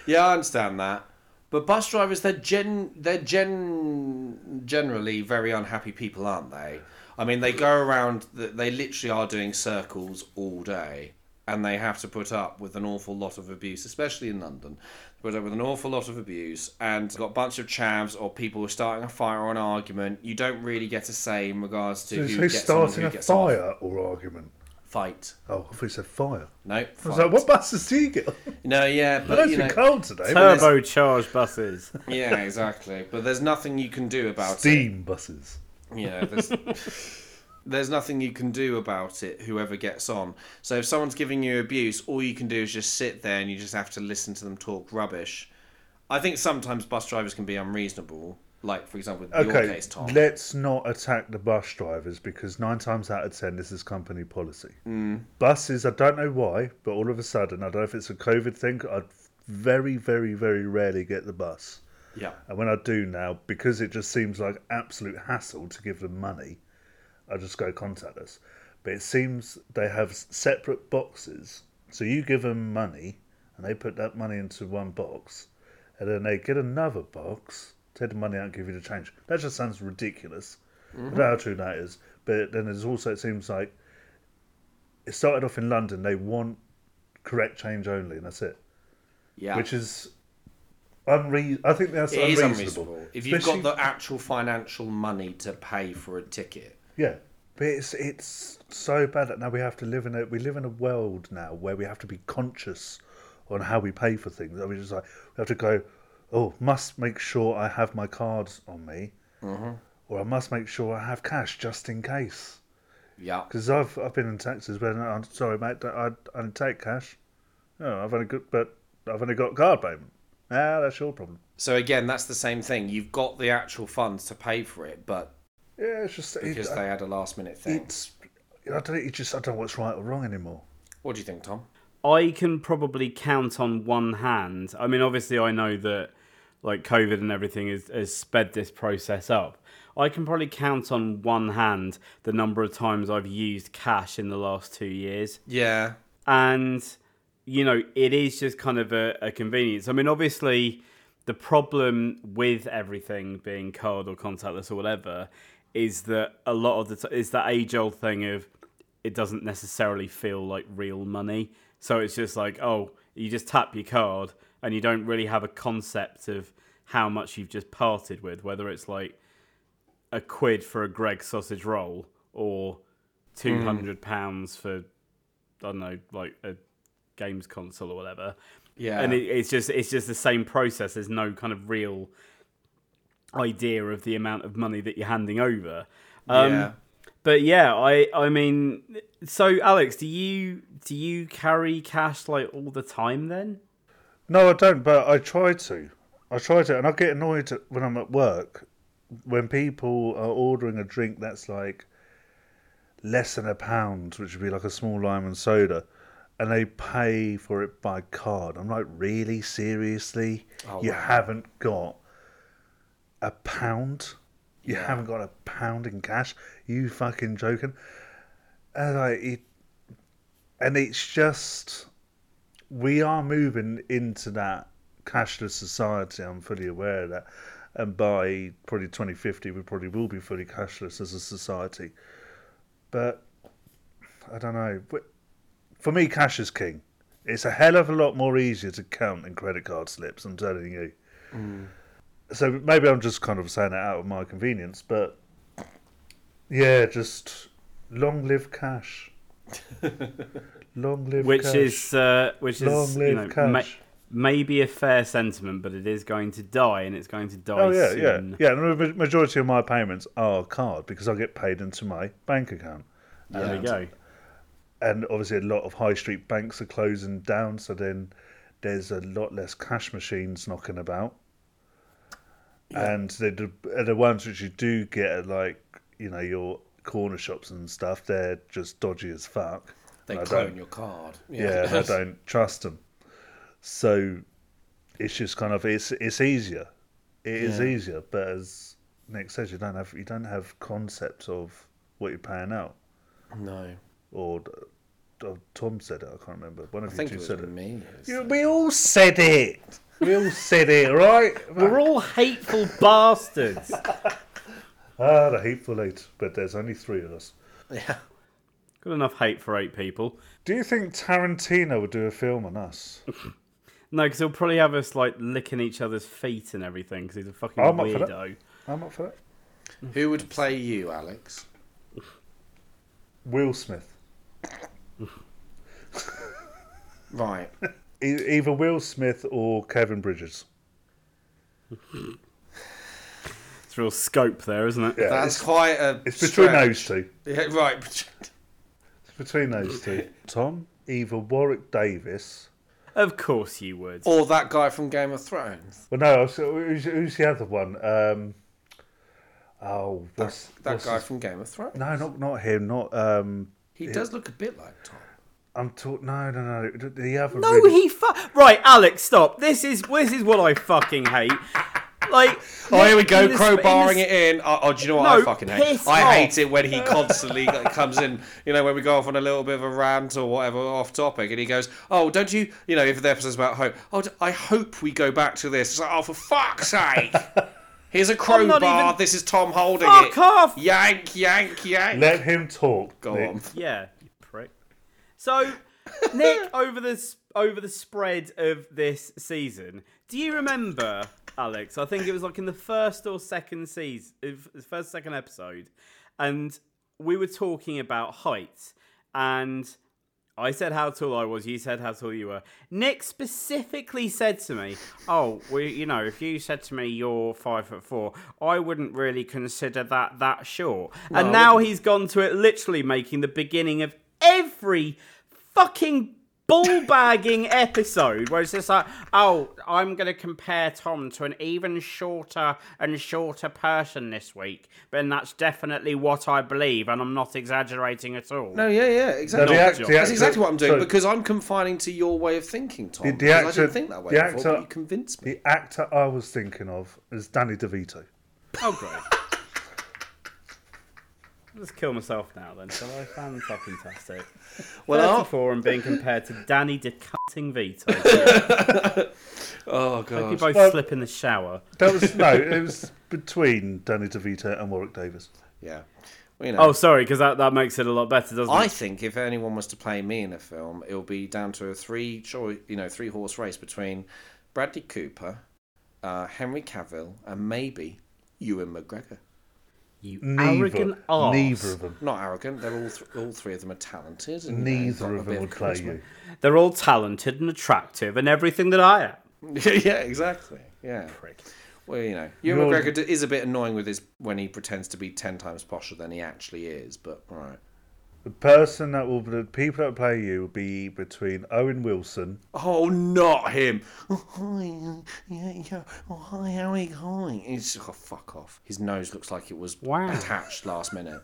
S3: yeah, I understand that. But bus drivers, they're gen, they're gen, generally very unhappy people, aren't they? I mean, they go around, th- they literally are doing circles all day, and they have to put up with an awful lot of abuse, especially in London. They put up with an awful lot of abuse, and got a bunch of chavs or people who are starting a fire or an argument. You don't really get a say in regards to
S4: Who's
S3: who
S4: who's
S3: gets someone,
S4: starting
S3: who
S4: a
S3: gets off.
S4: fire or argument?
S3: Fight.
S4: Oh, I thought you said fire.
S3: No.
S4: I was
S3: fight.
S4: like, what buses do you get? on?
S3: No, yeah,
S4: I
S3: but
S4: don't
S3: you know,
S4: feel cold today.
S2: Turbocharged buses.
S3: yeah, exactly. But there's nothing you can do about it.
S4: Steam buses.
S3: Yeah, there's, there's nothing you can do about it, whoever gets on. So if someone's giving you abuse, all you can do is just sit there and you just have to listen to them talk rubbish. I think sometimes bus drivers can be unreasonable. Like, for example, in your
S4: Okay,
S3: case, Tom.
S4: let's not attack the bus drivers because nine times out of ten, this is company policy.
S3: Mm.
S4: Buses, I don't know why, but all of a sudden, I don't know if it's a COVID thing, I very, very, very rarely get the bus.
S3: yeah.
S4: And when I do now, because it just seems like absolute hassle to give them money, I just go contactless. But it seems they have s- separate boxes. So you give them money, and they put that money into one box, and then they get another box, take the money out, and give you the change. That just sounds ridiculous. I don't know how true that is. But then there's also, it seems like it started off in London, they want correct change only, and that's it.
S3: Yeah.
S4: Which is. Unre- I think that's
S3: It is
S4: unreasonable.
S3: unreasonable. If you've
S4: Especially-
S3: got the actual financial money to pay for a ticket,
S4: Yeah, but it's it's so bad that now we have to live in a we live in a world now where we have to be conscious on how we pay for things. I mean, it's like we have to go, oh, must make sure I have my cards on me,
S3: Mm-hmm.
S4: or I must make sure I have cash just in case.
S3: yeah.
S4: Because I've I've been in taxes when I'm sorry, mate, I I don't take cash. No, I've only got but I've only got card payment. Ah, that's your problem.
S3: So again, that's the same thing. You've got the actual funds to pay for it, but
S4: Yeah, it's just it, uh,
S3: because they had a last minute thing.
S4: it's I don't it just I don't know what's right or wrong anymore.
S3: What do you think, Tom?
S2: I can probably count on one hand. I mean, obviously, I know that like COVID and everything has, has sped this process up. I can probably count on one hand the number of times I've used cash in the last two years.
S3: Yeah,
S2: and you know it is just kind of a, a convenience i mean obviously the problem with everything being card or contactless or whatever is that a lot of the t- is that age old thing of it doesn't necessarily feel like real money so it's just like oh you just tap your card and you don't really have a concept of how much you've just parted with whether it's like a quid for a greg sausage roll or 200 pounds for I don't know, like a games console or whatever.
S3: yeah.
S2: And it, it's just it's just the same process. There's no kind of real idea of the amount of money that you're handing over. Um,
S3: yeah.
S2: But yeah, I I mean, so Alex, do you do you carry cash like all the time then?
S4: No, I don't, but I try to. I try to, and I get annoyed when I'm at work when people are ordering a drink that's like less than a pound, which would be like a small lime and soda, and they pay for it by card. I'm like, really? Seriously? you haven't got a pound? You haven't got a pound in cash? You fucking joking? And like, it, and it's just we are moving into that cashless society. I'm fully aware of that, and by probably 2050, we probably will be fully cashless as a society. But I don't know. But For me, cash is king. It's a hell of a lot more easier to count than credit card slips. I'm telling you.
S2: Mm.
S4: So maybe I'm just kind of saying it out of my convenience, but yeah, just long live cash. long live
S2: Which
S4: cash.
S2: is uh, which
S4: Long
S2: is
S4: live
S2: you know ma-
S4: cash.
S2: maybe a fair sentiment, but it is going to die, and it's going to die
S4: Oh yeah,
S2: soon.
S4: yeah, yeah. and The ma- majority of my payments are card because I get paid into my bank account,
S2: There you go.
S4: and obviously a lot of high street banks are closing down, so then there's a lot less cash machines knocking about, and the- the and the ones which you do get are like you know your corner shops and stuff. They're just dodgy as fuck.
S3: They
S4: And I
S3: clone
S4: don't-
S3: your card.
S4: yeah, and I don't trust them. So it's just kind of it's it's easier. It is
S3: Yeah.
S4: easier, but as Nick says, you don't have you don't have concept of what you're paying out.
S3: No,
S4: Or or Tom said it. I can't remember. One of
S3: I
S4: you
S3: think
S4: two
S3: it was
S4: said it.
S3: me. It's-
S4: You- we all said it. We all said it, right?
S2: We're all hateful bastards.
S4: Ah, the hateful eight. But there's only three of us.
S3: Yeah.
S2: Good enough hate for eight people.
S4: Do you think Tarantino would do a film on us?
S2: No, because he'll probably have us like licking each other's feet and everything because he's a fucking
S3: Oh,
S4: I'm up for that.
S2: weirdo.
S4: I'm up for that.
S3: Who would play you, Alex?
S4: Will Smith.
S3: Right.
S4: E- either Will Smith or Kevin Bridges.
S2: It's real scope there, isn't it?
S4: Yeah,
S3: That's quite a.
S4: It's between
S3: stretch.
S4: those two.
S3: Yeah, right.
S4: It's between those two. Tom, either Warwick Davis.
S2: Of course you would.
S3: Or that guy from Game of Thrones.
S4: Well, no, I was- who's, who's the other one? Um, oh, what's,
S3: That
S4: what's
S3: guy
S4: his-
S3: from Game of Thrones.
S4: No, not not him. Not um.
S3: He does look a bit like Tom.
S4: I'm talking. No, no, no. The other.
S2: no,
S4: really-
S2: he fu- right, Alex, stop. This is this is what I fucking hate. Like,
S3: Oh, here we go,
S2: in the sp- in the
S3: crowbarring
S2: sp-
S3: it in. Oh, oh, do you know what I
S2: No,
S3: fucking hate?
S2: piss
S3: I
S2: off.
S3: hate it when he constantly like, comes in, you know, when we go off on a little bit of a rant or whatever off topic, and he goes, Oh, don't you, you know, if the episode's about hope, oh, d- I hope we go back to this. It's like, Oh, for fuck's sake! Here's a
S2: not
S3: crowbar.
S2: even-
S3: This is Tom holding
S2: Fuck
S3: it.
S2: off!
S3: Yank, yank, yank.
S4: Let him talk.
S3: go
S4: Nick.
S3: on.
S2: Yeah, you prick. So, Nick, over the s- over the spread of this season, do you remember, Alex? I think it was like in the first or second season, the first second episode, and we were talking about height, and I said how tall I was. You said how tall you were. Nick specifically said to me, "Oh, well, you know, if you said to me you're five foot four, I wouldn't really consider that that short." and now he's gone to it, literally making the beginning of every fucking ball bagging episode where it's just like, "Oh, I'm gonna compare Tom to an even shorter and shorter person this week," but that's definitely what I believe, and I'm not exaggerating at all.
S3: No, yeah, yeah, exactly.
S4: the act- the
S3: That's
S4: actor-
S3: exactly what I'm doing
S4: sorry.
S3: because I'm confining to your way of thinking, Tom.
S4: The- the
S3: because I
S4: actor-
S3: didn't think that way
S4: the
S3: before, but
S4: actor-
S3: you convinced me.
S4: The actor I was thinking of is Danny DeVito.
S2: Oh, great. I'll just kill myself now then, shall I? Fan fucking tastic.
S3: Well,
S2: 34 and being compared to Danny de Cutting Vito. Hope
S3: oh
S2: you
S3: god.
S2: both slip in the shower.
S4: That was no, it was between Danny DeVito and Warwick Davis.
S3: Yeah. Well, you know.
S2: Oh, sorry, because that, that makes it a lot better, doesn't
S3: I
S2: it?
S3: think if anyone was to play me in a film, it would be down to a three choice, you know, three horse race between Bradley Cooper, uh, Henry Cavill, and maybe Ewan McGregor.
S2: You
S4: Neither,
S2: arrogant arse.
S4: neither of them,
S3: Not arrogant. They're all th- all three of them are talented. And,
S4: neither of them would play you.
S2: They're all talented and attractive and everything that I am.
S3: you. yeah, exactly. Yeah.
S2: Prick.
S3: Well, you know, Ewan
S4: You're-
S3: McGregor d- is a bit annoying with his when he pretends to be ten times posher than he actually is. But all right.
S4: The person that will, the people that play you will be between Owen Wilson.
S3: Oh, not him! Oh, hi, yeah, yeah. Oh, hi, how are you going? It's, oh, fuck off. His nose looks like it was
S2: Wow.
S3: attached last minute.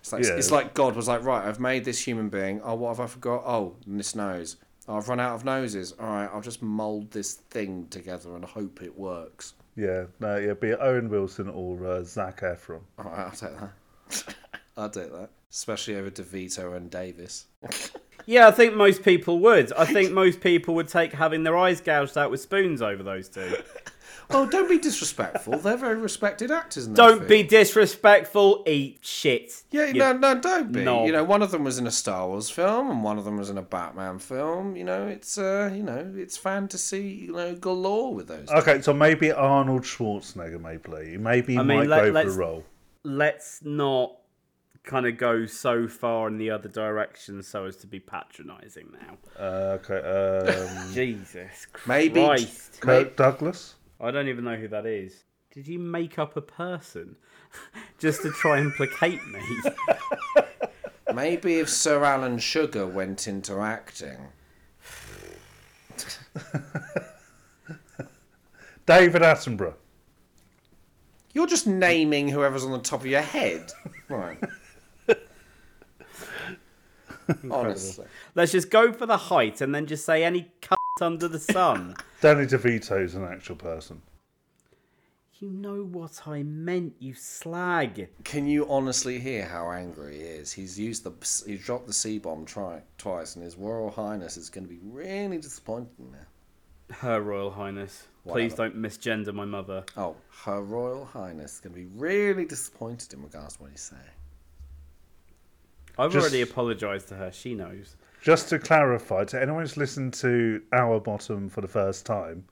S3: It's like,
S4: Yeah.
S3: it's like God was like, right, I've made this human being. Oh, what have I forgot? Oh, this nose. Oh, I've run out of noses. All right, I'll just mould this thing together and hope it works.
S4: Yeah, no, yeah, be Owen Wilson or uh, Zach Efron.
S3: All right, I'll take that. I'll take that. Especially over DeVito and Davis.
S2: Yeah, I think most people would. I think most people would take having their eyes gouged out with spoons over those two.
S3: Oh, don't be disrespectful. They're very respected actors. In that
S2: Don't
S3: field.
S2: be disrespectful, eat shit.
S3: Yeah,
S2: you
S3: no, no, don't be.
S2: knob.
S3: You know, one of them was in a Star Wars film, and one of them was in a Batman film. You know, it's uh, you know, it's fantasy, you know, galore with those.
S4: Okay, so maybe Arnold Schwarzenegger may play. you. Maybe he
S2: mean,
S4: might
S2: let-
S4: go for
S2: let's-
S4: a role.
S2: let's not kind of go so far in the other direction so as to be patronizing now.
S4: Uh, okay, um,
S2: Jesus Christ.
S3: Maybe-
S4: Kirk Douglas.
S2: I don't even know who that is. Did you make up a person just to try and placate me?
S3: Maybe if Sir Alan Sugar went into acting,
S4: David Attenborough.
S3: you're just naming whoever's on the top of your head, right? Honestly,
S2: Let's just go for the height and then just say any cunt under the sun.
S4: Danny DeVito's an actual person.
S2: you know what I meant, you slag.
S3: can you honestly hear how angry he is? He's used the he dropped the C bomb try, twice, and His Royal Highness is going to be really disappointed now.
S2: Her Royal Highness, please don't misgender my mother.
S3: Oh, Her Royal Highness is going to be really disappointed in regards to what he's saying.
S2: I've
S4: Just-
S2: already apologised to her, she knows.
S4: Just to clarify, to anyone who's listened to Our Bottom for the first time,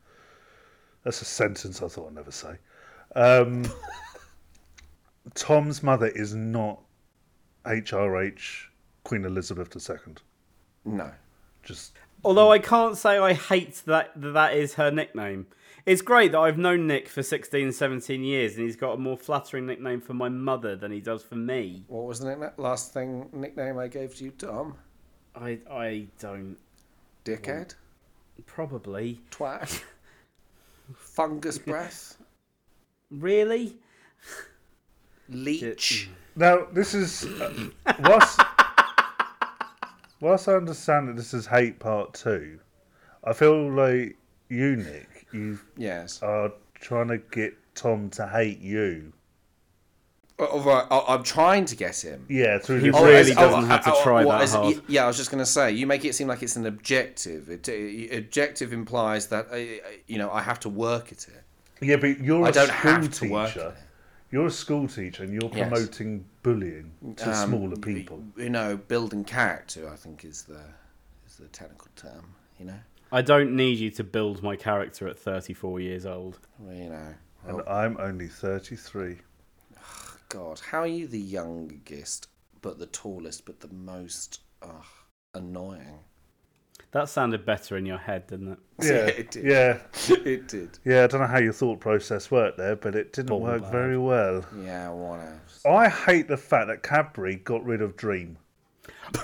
S4: that's a sentence I thought I'd never say. Um, Tom's mother is not HRH Queen Elizabeth II.
S3: No.
S4: Just
S2: Although I can't say I hate that that that is her nickname. It's great that I've known Nick for 16, 17 years and he's got a more flattering nickname for my mother than he does for me.
S3: What was the nickna- last thing nickname I gave to you, Tom?
S2: I, I don't.
S3: Dickhead?
S2: Probably.
S3: Twat? Fungus breath?
S2: Really?
S3: Leech?
S4: now, this is uh, whilst, whilst I understand that this is hate part two. I feel like you, Nick, you
S3: Yes. Uh,
S4: are trying to get Tom to hate you.
S3: All uh, right, I- I'm trying to get him. Oh,
S4: Yeah, through
S2: He
S4: his
S2: really
S4: eyes.
S2: does. doesn't have to try that
S3: uh, is-
S2: hard.
S3: Yeah, I was just going to say, you make it seem like it's an objective. It, uh, objective implies that uh, you know I have to work at it.
S4: Yeah, but you're
S3: I
S4: a
S3: don't
S4: school
S3: have to work
S4: teacher.
S3: there.
S4: You're a school teacher, and you're
S3: Yes.
S4: promoting bullying to
S3: Um,
S4: smaller people.
S3: You know, building character, I think, is the is the technical term. You know,
S2: I don't need you to build my character at 34 years old.
S3: Well, you know.
S4: And I'm only 33.
S3: Oh, God, how are you the youngest, but the tallest, but the most ugh, annoying?
S2: That sounded better in your head, didn't it?
S4: Yeah,
S3: it did.
S4: yeah,
S3: it did.
S4: yeah. I don't know how your thought process worked there, but it didn't
S2: Ball
S4: work
S2: bag.
S4: very well.
S3: Yeah, whatever.
S4: I hate the fact that Cadbury got rid of Dream.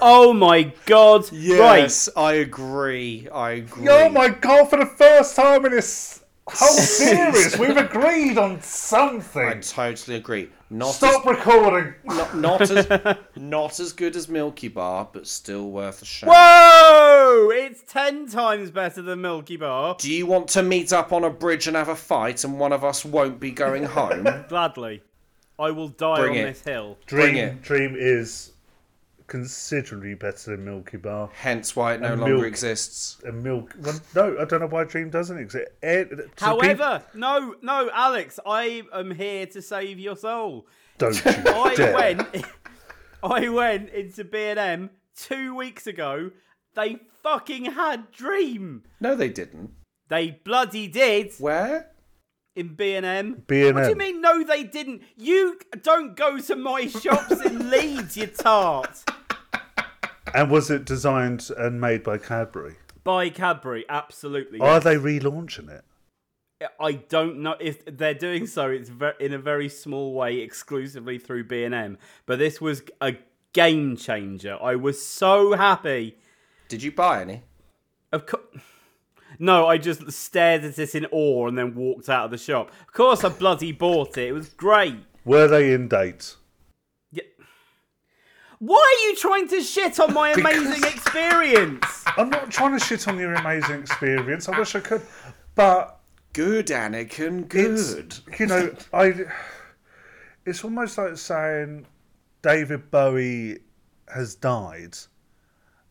S2: Oh my god!
S3: Yes, I agree. I agree.
S4: Oh my god! For the first time in this whole series, we've agreed on
S3: I
S4: something.
S3: totally agree. Not
S4: Stop recording.
S3: as, not, not as not as good as Milky Bar, but still worth a shot.
S2: Whoa! It's 10 times better than Milky Bar.
S3: Do you want to meet up on a bridge and have a fight, and one of us won't be going home?
S2: Gladly. I will die
S3: Bring
S2: on
S3: it.
S2: this hill.
S4: Dream,
S3: it.
S4: Dream is considerably better than Milky Bar.
S3: Hence, why it no
S4: And
S3: longer
S4: milk.
S3: exists.
S4: And milk. Well, no, I don't know why Dream doesn't exist. Eh, to peop-
S2: However, no, no, Alex, I am here to save your soul.
S4: don't you
S2: I
S4: dare.
S2: went, I went into B and M two weeks ago. They fucking had Dream.
S3: No, they didn't.
S2: They bloody did
S3: Where?
S2: in B and M.
S4: B&M.
S2: What do you mean? No, they didn't. You don't go to my shops in Leeds, you tart.
S4: And was it designed and made by Cadbury?
S2: By Cadbury, absolutely.
S4: Are they relaunching it?
S2: I don't know if they're doing so. It's ve- in a very small way, exclusively through B and M. But this was a game changer. I was so happy.
S3: Did you buy any?
S2: Of course. No, I just stared at it in awe and then walked out of the shop. Of course, I bloody bought it. It was great.
S4: Were they in date?
S2: Yeah. Why are you trying to shit on my amazing experience?
S4: I'm not trying to shit on your amazing experience. I wish I could, but
S3: Good, Anakin.
S4: it's
S3: Good.
S4: you know I. It's almost like saying David Bowie has died,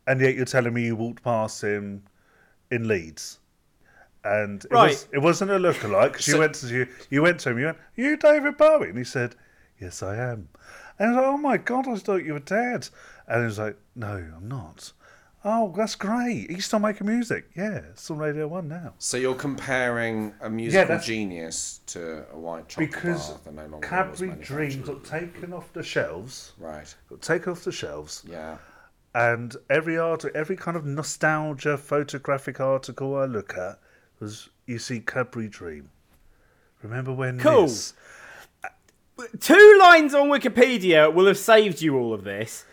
S4: and yet you're telling me you walked past him in Leeds, and it, was,
S2: Right.
S4: it wasn't a lookalike. 'cause you went to you, you went to him. You went, you David Bowie, and he said, "Yes, I am." And I was like, "Oh my god, I thought you were dead," and he was like, "No, I'm not." Oh, that's great. He's still making music. Yeah, it's on Radio 1 now.
S3: So you're comparing a musical
S4: that's-
S3: genius to a white chocolate
S4: Because
S3: bar that no longer was
S4: Cadbury
S3: manufactured.
S4: Dream got taken off the shelves,
S3: Right.
S4: got taken off the shelves,
S3: Yeah.
S4: and every art, every kind of nostalgia photographic article I look at was, you see Cadbury Dream. Remember when
S2: Cool.
S4: this?
S2: Two lines on Wikipedia will have saved you all of this.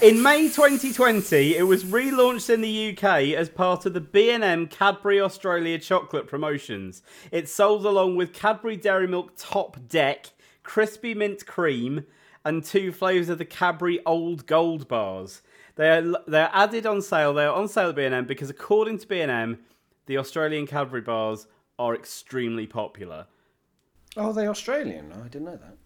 S2: In May 2020, it was relaunched in the UK as part of the B&M Cadbury Australia chocolate promotions. It's sold along with Cadbury Dairy Milk Top Deck, crispy mint cream, and two flavours of the Cadbury Old Gold bars. They are they are added on sale. They are on sale at B&M because according to B&M, the Australian Cadbury bars are extremely popular.
S3: Oh, they're Australian. I didn't know that.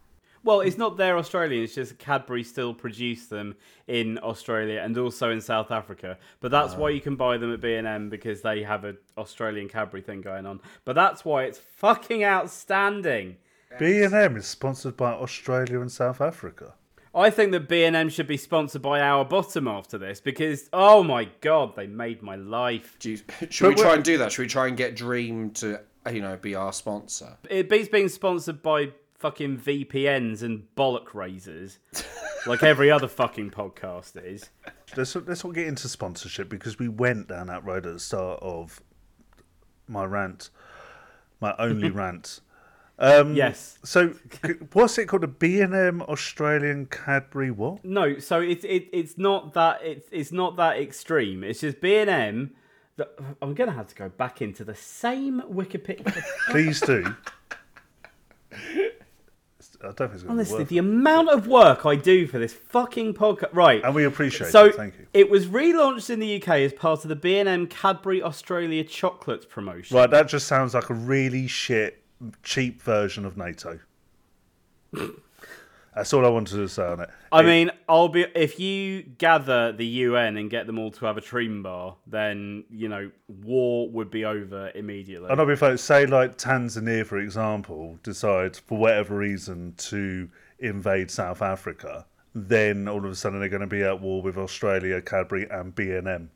S2: Well, it's not their Australian. It's just Cadbury still produce them in Australia and also in South Africa. But that's why you can buy them at B and M because they have an Australian Cadbury thing going on. But that's why it's fucking outstanding.
S4: B&M is sponsored by Australia and South Africa.
S2: I think that B and M should be sponsored by our bottom after this because oh my god, they made my life.
S3: Do you, should we try and do that? Should we try and get Dream to, you know, be our sponsor?
S2: It beats being sponsored by fucking VPNs and bollock razors, like every other fucking podcast is.
S4: Let's, let's not get into sponsorship because we went down that road at the start of my rant, my only rant. Um,
S2: Yes.
S4: So, c- what's it called? A B&M Australian Cadbury what?
S2: No, so it's it, it's not that it's it's not that extreme. It's just B and M. that- I'm gonna have to go back into the same Wikipedia.
S4: Please do. I don't think it's going to be
S2: Honestly,
S4: worth
S2: the amount of work I do for this fucking podcast. Right.
S4: And we appreciate
S2: so
S4: it. Thank you.
S2: it was relaunched in the UK as part of the B&M Cadbury Australia chocolates promotion.
S4: Right, that just sounds like a really shit, cheap version of NATO. That's all I wanted to say on it.
S2: I
S4: It-
S2: mean, I'll be if you gather the UN and get them all to have a Treem bar, then you know war would be over immediately.
S4: And I'll be fair, say like Tanzania, for example, decides for whatever reason to invade South Africa, then all of a sudden they're going to be at war with Australia, Cadbury, and B and M.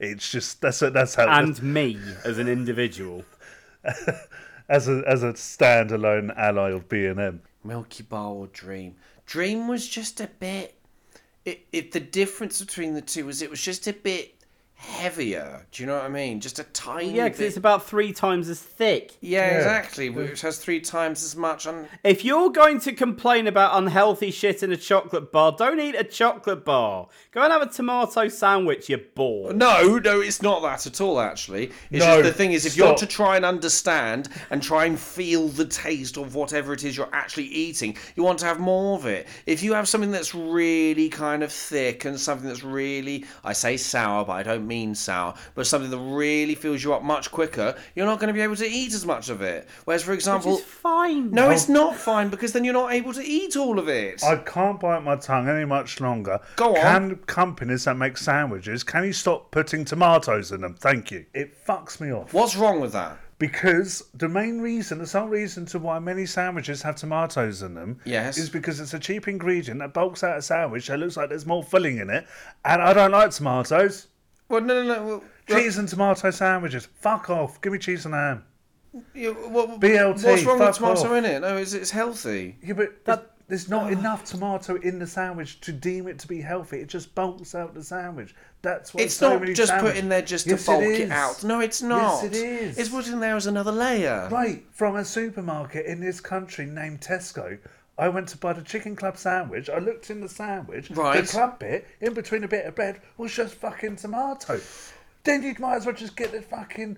S4: It's just that's a, that's how
S2: And me as an individual.
S4: as a as a standalone ally of B and M.
S3: Milky Bar or Dream. Dream was just a bit. It, it the difference between the two was it was just a bit heavier. Do you know what I mean? Just a tiny
S2: Yeah, because
S3: bit.
S2: it's about three times as thick.
S3: yeah, exactly. Which has three times as much. And
S2: If you're going to complain about unhealthy shit in a chocolate bar, don't eat a chocolate bar. Go and have a tomato sandwich, you bore.
S3: no, no, it's not that at all. Actually, it's just
S4: No,
S3: the thing is, if you're
S4: stop.
S3: to try and understand and try and feel the taste of whatever it is you're actually eating, you want to have more of it. If you have something that's really kind of thick and something that's really, I say sour, but I don't mean sour, but something that really fills you up much quicker, you're not going to be able to eat as much of it. Whereas, for example,
S2: It's fine.
S3: no, it's not fine because then you're not able to eat all of it.
S4: I can't bite my tongue any much longer.
S3: Go on.
S4: Can companies that make sandwiches can you stop putting tomatoes in them? Thank you. It fucks me off.
S3: What's wrong with that?
S4: Because the main reason, the sole reason to why many sandwiches have tomatoes in them,
S3: Yes.
S4: is because it's a cheap ingredient that bulks out a sandwich that looks like there's more filling in it, and I don't like tomatoes.
S3: Well, no, no, no. well,
S4: Cheese and tomato sandwiches, fuck off. Give me cheese and ham.
S3: Yeah, what,
S4: BLT,
S3: What's wrong with
S4: fuck
S3: tomato
S4: off.
S3: in it? No, it's, it's healthy.
S4: Yeah, but there's there's not enough tomato in the sandwich to deem it to be healthy. It just bulks out the sandwich. That's why
S3: It's
S4: so
S3: not
S4: many
S3: just put
S4: sandwiches-
S3: in there just
S4: Yes,
S3: to bulk
S4: it,
S3: it,
S4: is.
S3: out. No, it's not.
S4: it is.
S3: It's put in there as another layer.
S4: Right, from a supermarket in this country named Tesco, I went to buy the chicken club sandwich. I looked in the sandwich.
S3: Right.
S4: The club bit, in between a bit of bread, was just fucking tomato. Then you might as well just get the fucking.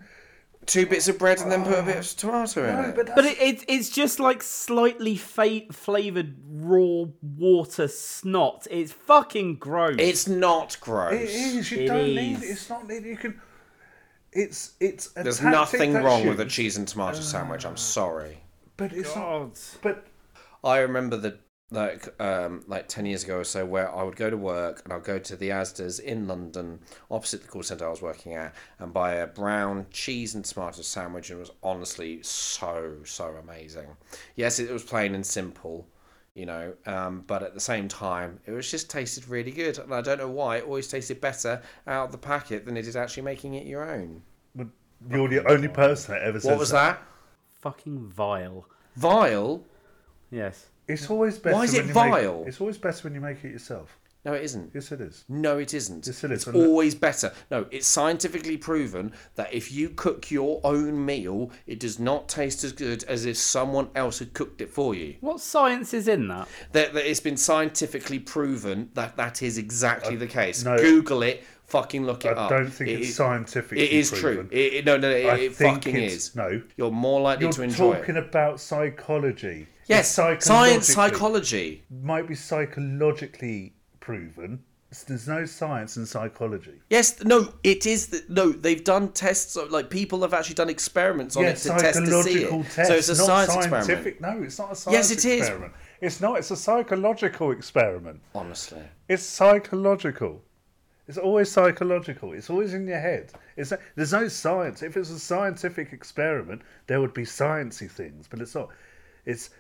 S3: Two bits of bread and then put a bit of tomato in
S4: No,
S3: it.
S4: but that's.
S2: But it, it, it's just like slightly fa- flavoured raw water snot. It's fucking gross.
S3: It's not
S4: it
S3: gross.
S4: is. You
S2: It
S4: don't
S2: is.
S4: need it. It's not needed. You can. It's it's a
S3: There's
S4: tactic
S3: nothing
S4: that's
S3: wrong with a
S4: used,
S3: cheese and tomato sandwich.
S4: Ah.
S3: I'm sorry.
S4: But it's not.
S2: God.
S4: But
S3: I remember the like um like 10 years ago or so where I would go to work and I'd go to the Asda's in London opposite the call center I was working at and buy a brown cheese and tomato sandwich and it was honestly so so amazing. Yes, it was plain and simple, you know, um but at the same time it was just tasted really good and I don't know why it always tasted better out of the packet than it did actually making it your own.
S4: but you're the only person that ever says
S3: What was that?
S2: fucking vile.
S3: Vile?
S2: Yes.
S4: It's always better.
S3: is
S4: when
S3: it
S4: you make-
S3: vile?
S4: it's always better when you make it yourself.
S3: No, it isn't.
S4: Yes, it is.
S3: No, it isn't.
S4: Yes, it is,
S3: It's
S4: isn't it?
S3: always better. No, it's scientifically proven that if you cook your own meal, it does not taste as good as if someone else had cooked it for you.
S2: What science is in that?
S3: That, that it's been scientifically proven that that is exactly the case.
S4: no.
S3: Google it. Fucking look it
S4: I
S3: up.
S4: don't think
S3: Ah, It
S4: it's
S3: is-
S4: scientifically
S3: It is true.
S4: proven.
S3: It, it- no, no, it,
S4: I
S3: it
S4: think
S3: fucking
S4: it's-
S3: is.
S4: no.
S3: You're more likely
S4: You're
S3: to enjoy
S4: talking
S3: it.
S4: about psychology.
S3: Yes,
S4: It's
S3: science, psychology.
S4: psychologically- might be psychologically proven. There's no science in psychology.
S3: Yes, no, it is. The, no, they've done tests. of- Like people have actually done experiments on
S4: yeah,
S3: it to test to see it.
S4: psychological test.
S3: so it's a
S4: not
S3: science
S4: scientific.
S3: experiment.
S4: No, it's not a science
S3: it is.
S4: experiment. It's not. It's a psychological experiment.
S3: Honestly.
S4: It's psychological. It's always psychological. It's always in your head. It's there's no science. If it's a scientific experiment, there would be sciencey things, but it's not. It's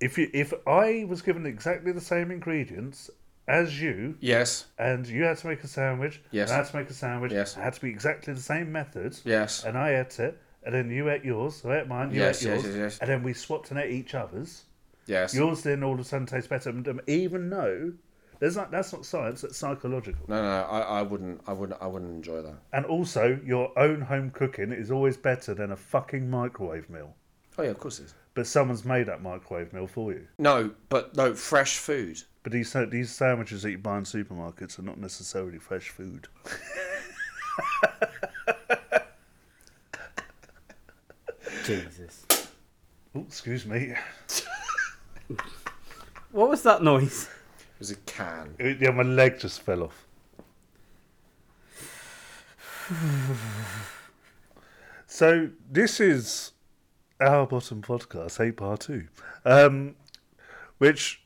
S4: if you if I was given exactly the same ingredients as you,
S3: Yes.
S4: and you had to make a sandwich,
S3: Yes.
S4: and I had to make a sandwich,
S3: Yes.
S4: it had to be exactly the same methods,
S3: Yes.
S4: and I ate it, and then you ate yours, I ate mine, you
S3: Yes,
S4: ate
S3: yes, yes,
S4: yours,
S3: yes.
S4: and then we swapped and ate each other's.
S3: Yes.
S4: Yours then all of a sudden tastes better, than them, even though there's not, that's not science, that's psychological.
S3: no, no, no, I, I wouldn't. I wouldn't. I wouldn't enjoy that.
S4: And also, your own home cooking is always better than a fucking microwave meal.
S3: Oh yeah, of course it is.
S4: But someone's made that microwave meal for you.
S3: No, but no fresh food.
S4: But these sa- these sandwiches that you buy in supermarkets are not necessarily fresh food.
S2: Jesus.
S4: Oh, excuse me.
S2: What was that noise?
S3: It was a can.
S4: Yeah, my leg just fell off. so this is our bottom podcast, hey part two, um, which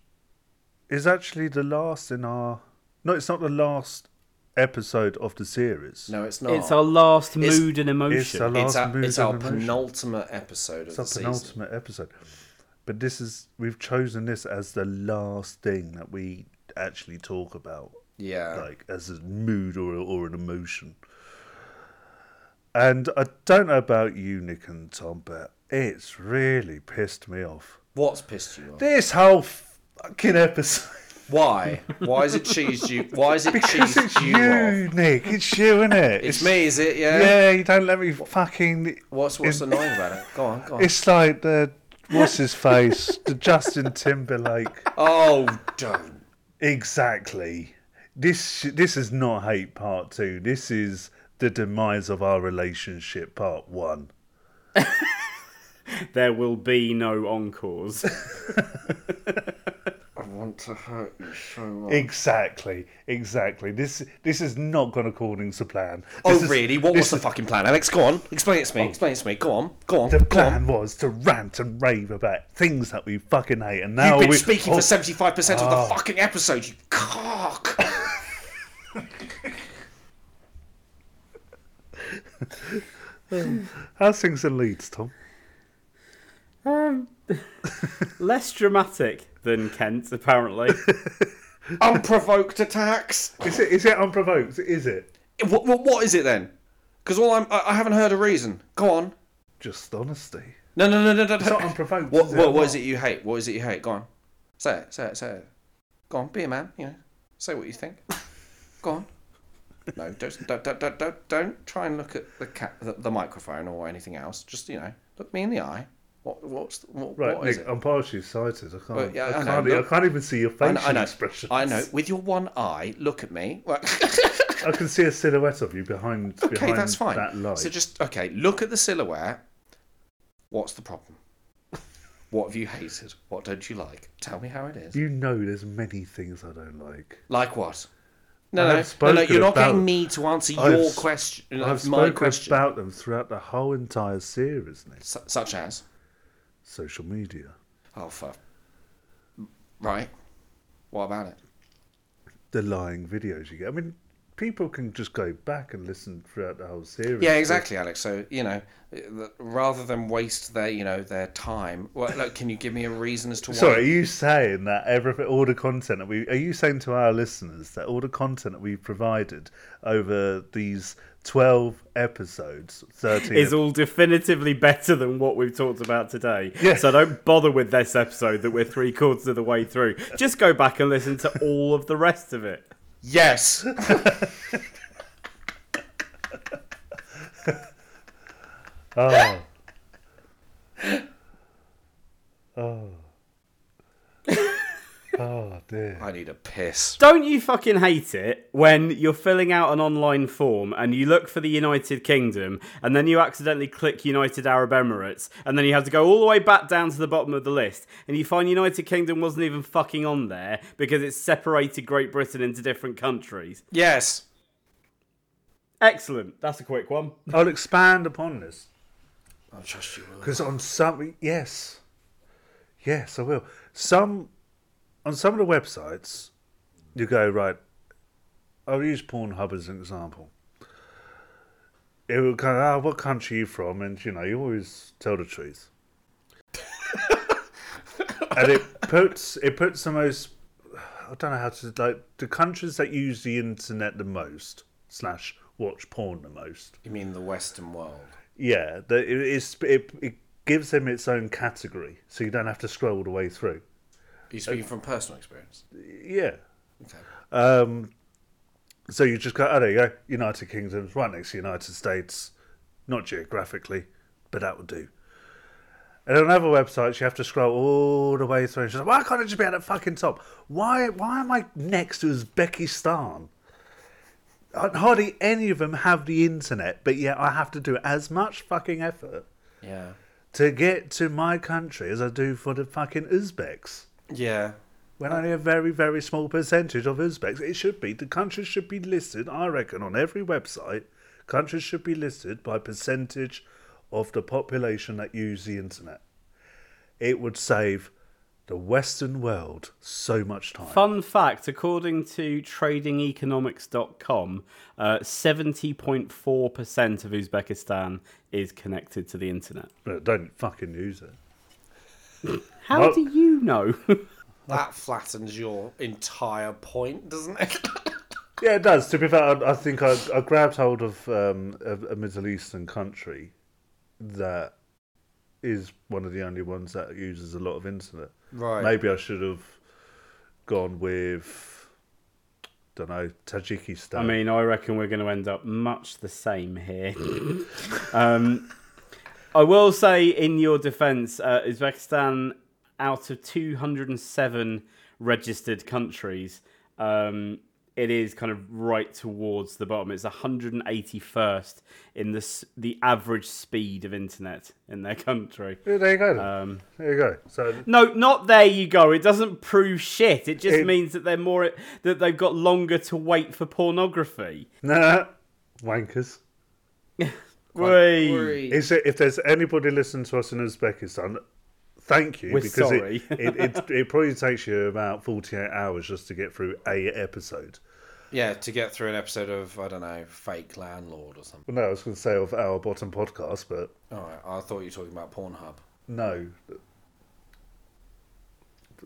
S4: is actually the last in our. No, it's not the last episode of the series.
S3: No, it's not.
S2: It's our last
S3: Oh. It's-
S2: mood and
S4: It's our
S2: emotion.
S4: last
S3: it's our,
S4: mood
S3: it's our
S4: and emotion.
S3: penultimate episode of
S4: It's our
S3: the season.
S4: penultimate episode. But this is we've chosen this as the last thing that we actually talk about,
S3: Yeah.
S4: like as a mood or or an emotion. And I don't know about you, Nick and Tom, but it's really pissed me off.
S3: What's pissed you off?
S4: This whole fucking episode.
S3: Why? Why is it cheesed you? Why is it
S4: Because it's
S3: cheesed you,
S4: you,
S3: off?
S4: Nick. It's you, innit? it?
S3: It's me, is it? Yeah.
S4: Yeah, you don't let me fucking.
S3: What's what's annoying about it? Go on, go on.
S4: It's like the what's his face, the Justin Timberlake.
S3: Oh, don't.
S4: Exactly. This this is not hate part two. This is the demise of our relationship part one.
S2: There will be no encores.
S3: I want to hurt you so much.
S4: Exactly. Exactly. This this is not going according to plan.
S3: Oh,
S4: This is-
S3: really? What was
S4: this
S3: the fucking plan, Alex? Go on. Explain it to me. Explain it to me. Go on. Go on.
S4: The
S3: Go on.
S4: plan was to rant and rave about things that we fucking hate, and now
S3: You've been
S4: we,
S3: speaking
S4: oh, Ah.
S3: for seventy-five percent of the fucking episode. You cock.
S4: how's things in Leeds, Tom?
S2: Um, less dramatic than Kent, apparently.
S3: Unprovoked attacks.
S4: Is it is it unprovoked? Is it
S3: What, what, what is it then? Because all I'm, I, I haven't heard a reason. Go on.
S4: just honesty?
S3: No, no, no, no, no.
S4: It's not unprovoked.
S3: What,
S4: is it?
S3: what, what is it you hate? What is it you hate? Go on. Say it. Say it. Say it. Go on. Be a man. You know. Say what you think. Go on. No, don't, don't, don't, don't, don't, don't try and look at the, ca- the the microphone or anything else. Just you know, look me in the eye. What, what's, the- what,
S4: Right,
S3: what
S4: Nick,
S3: is it?
S4: I'm partially sighted. I can't.
S3: Well, yeah,
S4: I,
S3: I know,
S4: can't e- I
S3: look-
S4: can't even see your
S3: I
S4: facial
S3: know, I know.
S4: expressions.
S3: I know. With your one eye, look at me. Well,
S4: I can see a silhouette of you behind.
S3: okay,
S4: behind
S3: that's fine.
S4: That light.
S3: So just okay, look at the silhouette. What's the problem? What have you hated? What don't you like? Tell me how it is.
S4: you know, there's many things I don't like.
S3: Like what?
S4: I
S3: No, no,
S4: have
S3: no, no,
S4: spoken
S3: You're not
S4: about-
S3: getting me to answer
S4: I've
S3: your
S4: s-
S3: question.
S4: I've
S3: my
S4: spoken
S3: question,
S4: about them throughout the whole entire series. Nick.
S3: Su- such as,
S4: Social media.
S3: oh fuck, right? What about it?
S4: The lying videos you get. I mean, people can just go back and listen throughout the whole series.
S3: Yeah, exactly, Alex. So you know, th- rather than waste their, you know, their time. Well, look, can you give me a reason as to why?
S4: Sorry, are you saying that everything, all the content that we, are you saying to our listeners that all the content that we've provided over these 12 episodes, 13
S2: Is all definitively better than what we've talked about today.
S4: Yeah.
S2: So don't bother with this episode that we're three quarters of the way through. Just go back and listen to all of the rest of it.
S3: Yes.
S4: Oh. oh. Oh dear.
S3: I need a piss.
S2: Don't you fucking hate it when you're filling out an online form and you look for the United Kingdom and then you accidentally click United Arab Emirates and then you have to go all the way back down to the bottom of the list and you find United Kingdom wasn't even fucking on there because it's separated Great Britain into different countries.
S3: Yes.
S2: Excellent. That's a quick one.
S4: I'll expand upon this
S3: I trust you. will.
S4: because on some yes, yes I will. Some on some of the websites, you go right. I'll use Pornhub as an example. It will go, ah, what country are you from? And you know, you always tell the truth. and it puts it puts the most I don't know how to like the countries that use the internet the most slash watch porn the most.
S3: You mean the Western world?
S4: Yeah, the, it, it's, it it gives them its own category, so you don't have to scroll all the way through.
S3: Are you
S4: Uh,
S3: speaking from personal experience?
S4: Yeah.
S3: Okay.
S4: Um, so you just go, oh, there you go. United Kingdom's right next to United States, not geographically, but that would do. And on other websites, you have to scroll all the way through. It's just like, why can't it just be at the fucking top? Why? Why am I next to Uzbekistan? Uh, Hardly any of them have the internet, but yet I have to do as much fucking effort
S3: Yeah.
S4: to get to my country as I do for the fucking Uzbeks.
S3: Yeah.
S4: When only a very, very small percentage of Uzbeks, it should be. The countries should be listed, I reckon, on every website. Countries should be listed by percentage of the population that use the internet. It would save the Western world so much time.
S2: Fun fact according to tradingeconomics.com, uh, 70.4% of Uzbekistan is connected to the internet.
S4: But don't fucking use it.
S2: How
S4: Well-
S2: do you know?
S3: That flattens your entire point, doesn't it?
S4: Yeah, it does. To be fair, I, I think I, I grabbed hold of um, a, a Middle Eastern country that is one of the only ones that uses a lot of internet.
S3: right.
S4: Maybe I should have gone with, don't know, Tajikistan.
S2: I mean, I reckon we're going to end up much the same here. um, I will say, in your defense, uh, Uzbekistan, out of 207 registered countries, um, it is kind of right towards the bottom. It's 181st in the, s- the average speed of internet in their country.
S4: Yeah, there you go. then.
S2: Um,
S4: there you go. So
S2: no, not there you go. It doesn't prove shit. It just
S4: It-
S2: means that they're more that they've got longer to wait for pornography.
S4: nah, wankers.
S2: Whey.
S4: Is it, if there's anybody listening to us in Uzbekistan, thank you
S2: We're
S4: because
S2: sorry.
S4: It, it, it it probably takes you about forty eight hours just to get through a episode.
S3: Yeah, to get through an episode of, I don't know, Fake Landlord or something.
S4: Well, no, I was going to say of our bottom podcast, but
S3: All right, I thought you were talking about Pornhub.
S4: no.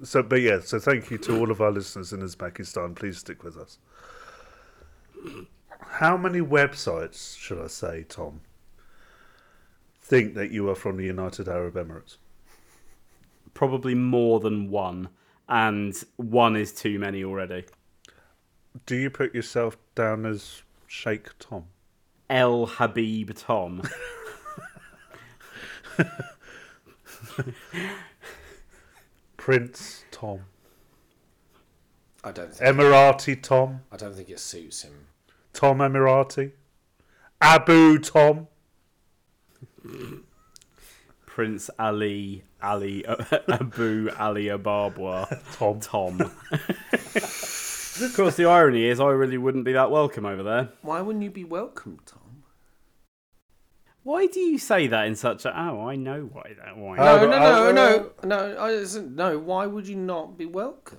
S4: So, but yeah, so thank you to all of our listeners in Uzbekistan. Please stick with us. How many websites, should I say, Tom, think that you are from the United Arab Emirates?
S2: Probably more than one, and one is too many already.
S4: Do you put yourself down as Sheikh Tom?
S2: El Habib Tom.
S4: Prince Tom?
S3: I don't think.
S4: Emirati Tom?
S3: I don't think it suits him.
S4: Tom Emirati? Abu Tom?
S2: Prince Ali Ali Abu Ali Ababwa
S4: Tom.
S2: Tom. of course, the irony is I really wouldn't be that welcome over there.
S3: Why wouldn't you be welcome, Tom?
S2: Why do you say that in such a? Oh, I know why that. Why
S3: No,
S4: Uh,
S3: no,
S4: but
S3: no,
S4: I-
S3: no, no, I isn't- no. Why would you not be welcome?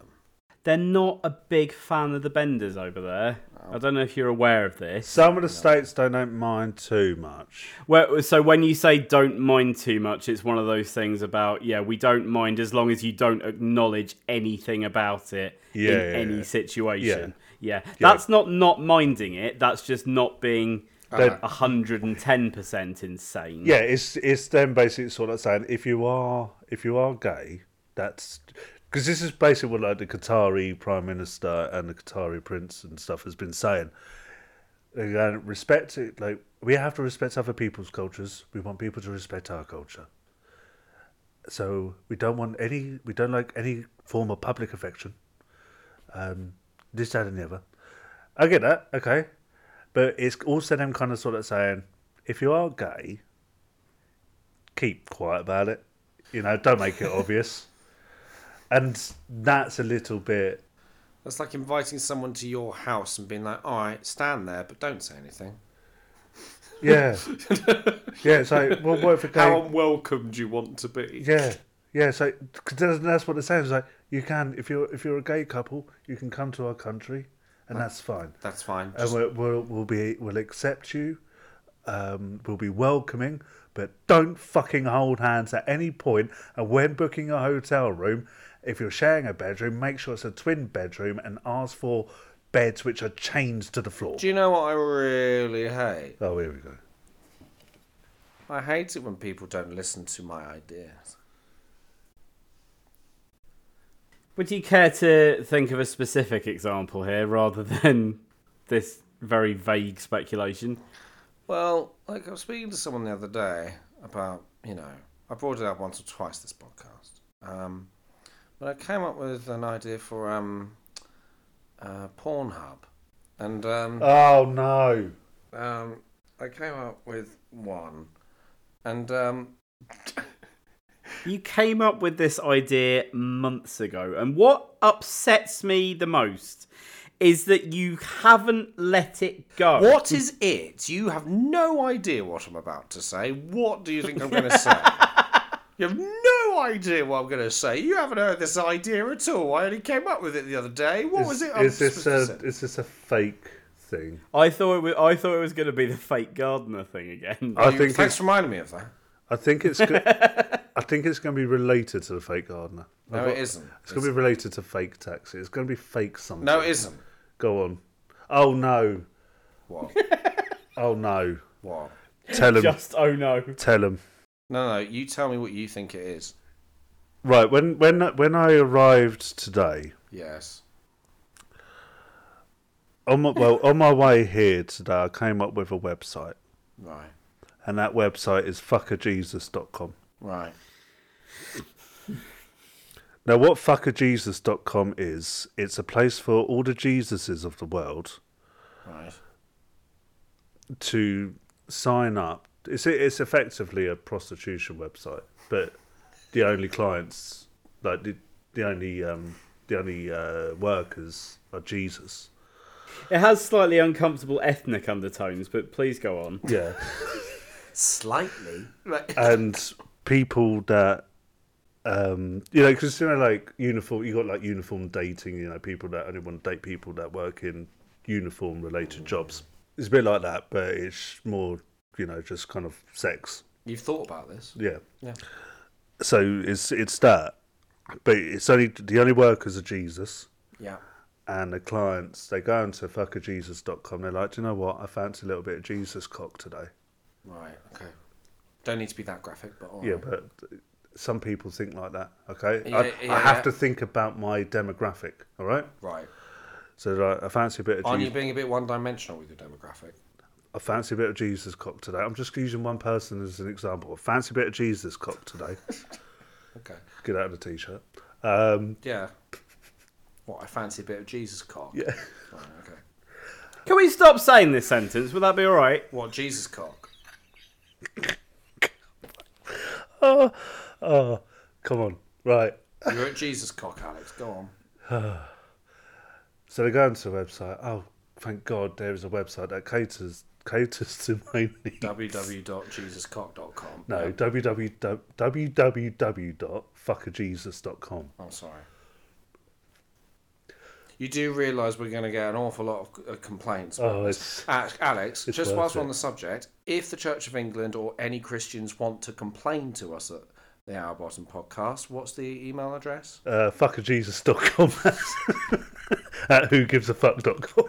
S2: They're not a big fan of the Benders over there. I don't know if you're aware of this.
S4: Some of the states they don't mind too much.
S2: Well, so when you say don't mind too much, it's one of those things about yeah, we don't mind as long as you don't acknowledge anything about it
S4: Yeah,
S2: in
S4: yeah,
S2: any
S4: yeah.
S2: situation. Yeah. that's not not minding it. That's just not being
S4: They're-
S2: hundred and ten percent insane.
S4: Uh-huh. Yeah, it's it's them basically sort of saying if you are if you are gay, that's because this is basically what like the Qatari prime minister and the Qatari prince and stuff has been saying. They're going, respect it. Like we have to respect other people's cultures. We want people to respect our culture. So we don't want any. We don't like any form of public affection. Um, this, that, and the other. I get that. Okay, but it's also them kind of sort of saying, if you are gay, keep quiet about it. You know, don't make it obvious. And that's a little bit.
S3: That's like inviting someone to your house and being like, "All right, stand there, but don't say anything."
S4: Yeah. yeah. So, well, what if a
S3: How
S4: gay?
S3: unwelcome do you want to be?
S4: Yeah. Yeah. So, 'cause that's that's what it says. Like, you can if you're if you're a gay couple, you can come to our country, and that's fine.
S3: That's fine.
S4: And
S3: Just-
S4: we'll, we'll, we'll be we'll accept you. Um, we'll be welcoming, but don't fucking hold hands at any point. And when booking a hotel room, if you're sharing a bedroom, make sure it's a twin bedroom and ask for beds which are chained to the floor.
S3: do you know what I really hate?
S4: Oh, here we go.
S3: I hate it when people don't listen to my ideas.
S2: Would you care to think of a specific example here rather than this very vague speculation?
S3: Well, like I was speaking to someone the other day about, you know, I brought it up once or twice this podcast. Um, but I came up with an idea for um, uh, Pornhub, and um,
S4: Oh no!
S3: um, I came up with one, and um,
S2: You came up with this idea months ago, and what upsets me the most is that you haven't let it go.
S3: What is it? You have no idea what I'm about to say. What do you think I'm going to say? You have no idea what I'm going to say. You haven't heard this idea at all. I only came up with it the other day. What was Oh, it? I'm
S4: Is this
S3: supposed to
S4: a
S3: say?
S4: is this a fake thing?
S2: I thought it was, I thought it was going to be the fake gardener thing again.
S4: I
S3: You-
S4: think
S3: Thanks
S4: it's,
S3: for reminding me of that.
S4: I think it's go- I think it's going to be related to the fake gardener.
S3: No,
S4: I've
S3: it
S4: got-
S3: isn't.
S4: It's going to be related to fake taxi. It's going to be fake something.
S3: No, it isn't.
S4: Go on. Oh no.
S3: What?
S4: Oh no.
S3: What?
S4: Tell him.
S2: Just oh no.
S4: Tell him.
S3: No, no. You tell me what you think it is.
S4: Right when when when I arrived today,
S3: Yes.
S4: on my, well on my way here today, I came up with a website,
S3: Right.
S4: and that website is fuckerjesus.com.
S3: Right.
S4: Now, what fuckerjesus.com is, it's a place for all the Jesuses of the world
S3: Right.
S4: to sign up. It's it's effectively a prostitution website, but the only clients, like the the only um, the only uh, workers are Jesus.
S2: It has slightly uncomfortable ethnic undertones, but please go on.
S4: Yeah,
S3: Slightly. Right.
S4: and people that. Um, you know, because you know, like uniform, you got like uniform dating. You know, people that only want to date people that work in uniform-related jobs. It's a bit like that, but it's more, you know, just kind of sex.
S3: You've thought about this.
S4: Yeah.
S3: Yeah.
S4: So it's it's that, but it's only the only workers are Jesus
S3: Yeah.
S4: and the clients. They go into fuckerjesus.com. They're like, do you know what? I fancy a little bit of Jesus cock today.
S3: Right. Okay. Don't need to be that graphic, but all
S4: Yeah,
S3: right.
S4: but uh, some people think like that. Okay, I,
S3: Yeah, yeah,
S4: I have
S3: yeah.
S4: to think about my demographic. All right.
S3: Right.
S4: So they're like, I fancy a bit of
S3: Aren't you
S4: Jesus.
S3: being a bit one-dimensional with your demographic?
S4: I fancy a bit of Jesus cock today. I'm just using one person as an example. I fancy a bit of Jesus cock today.
S3: Okay.
S4: Get out of the t-shirt. Um,
S3: Yeah. What, I fancy a bit of Jesus cock? Yeah. Right, okay.
S2: Can we stop saying this sentence? Would that be all right?
S3: What, Jesus cock?
S4: oh, come on. Right.
S3: You're at Jesus cock, Alex. Go on.
S4: So they go onto the website. Oh, thank God there is a website that caters caters to my needs.
S3: www.jesuscock.com.
S4: No, www.fuckerjesus.com.
S3: I'm sorry. You do realise we're going to get an awful lot of uh, complaints.
S4: Oh, it's
S3: A- Alex,
S4: It's
S3: just
S4: worth
S3: whilst we're
S4: it.
S3: on the subject, if the Church of England or any Christians want to complain to us at the Hour Bottom podcast, what's the email address?
S4: uh, fuckerjesus.com at who gives a fuck.com.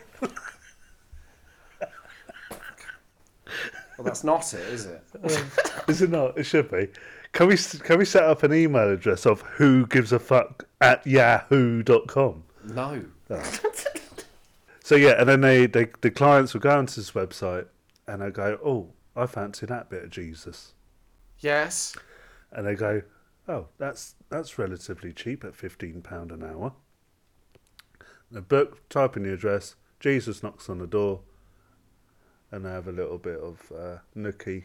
S3: Well, that's not it, is it?
S4: Is it not? It should be. Can we can we set up an email address of who gives a fuck at yahoo.com?
S3: No.
S4: So yeah, and then they, they the clients will go onto this website and they go, oh, I fancy that bit of Jesus.
S3: Yes.
S4: and they go, "Oh, that's that's relatively cheap at fifteen pound an hour." The book, type in the address. Jesus knocks on the door, and they have a little bit of uh, nookie,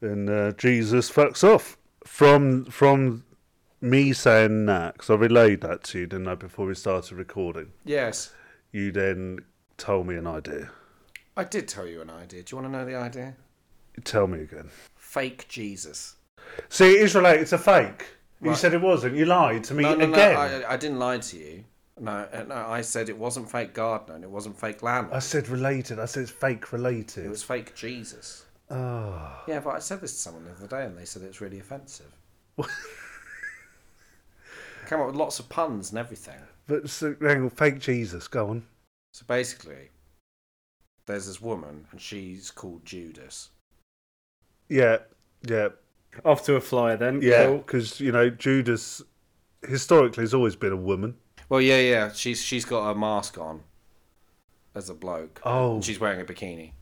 S4: and uh, Jesus fucks off from from me saying that because I relayed that to you didn't I before we started recording.
S3: Yes.
S4: You then told me an idea.
S3: I did tell you an idea. Do you want to know the idea?
S4: Tell me again.
S3: Fake Jesus.
S4: See, it is related. It's a fake. You
S3: Right.
S4: said it wasn't. You lied to me
S3: No, no,
S4: again.
S3: no. I, I didn't lie to you. No, uh, no, I said it wasn't fake gardener and it wasn't fake
S4: I
S3: landlord.
S4: said related. I said it's fake related.
S3: It was fake Jesus.
S4: Oh.
S3: Yeah, but I said this to someone the other day and they said it's really offensive. Came up with lots of puns and everything.
S4: But so, hang on, fake Jesus. Go on.
S3: So basically, there's this woman and she's called Judas.
S4: Yeah, yeah,
S2: Off to a flyer then.
S4: yeah.
S2: Cool.
S4: Because you know Judas historically has always been a woman.
S3: Well, yeah, yeah. She's she's got a mask on as a bloke.
S4: Oh.
S3: and she's wearing a bikini.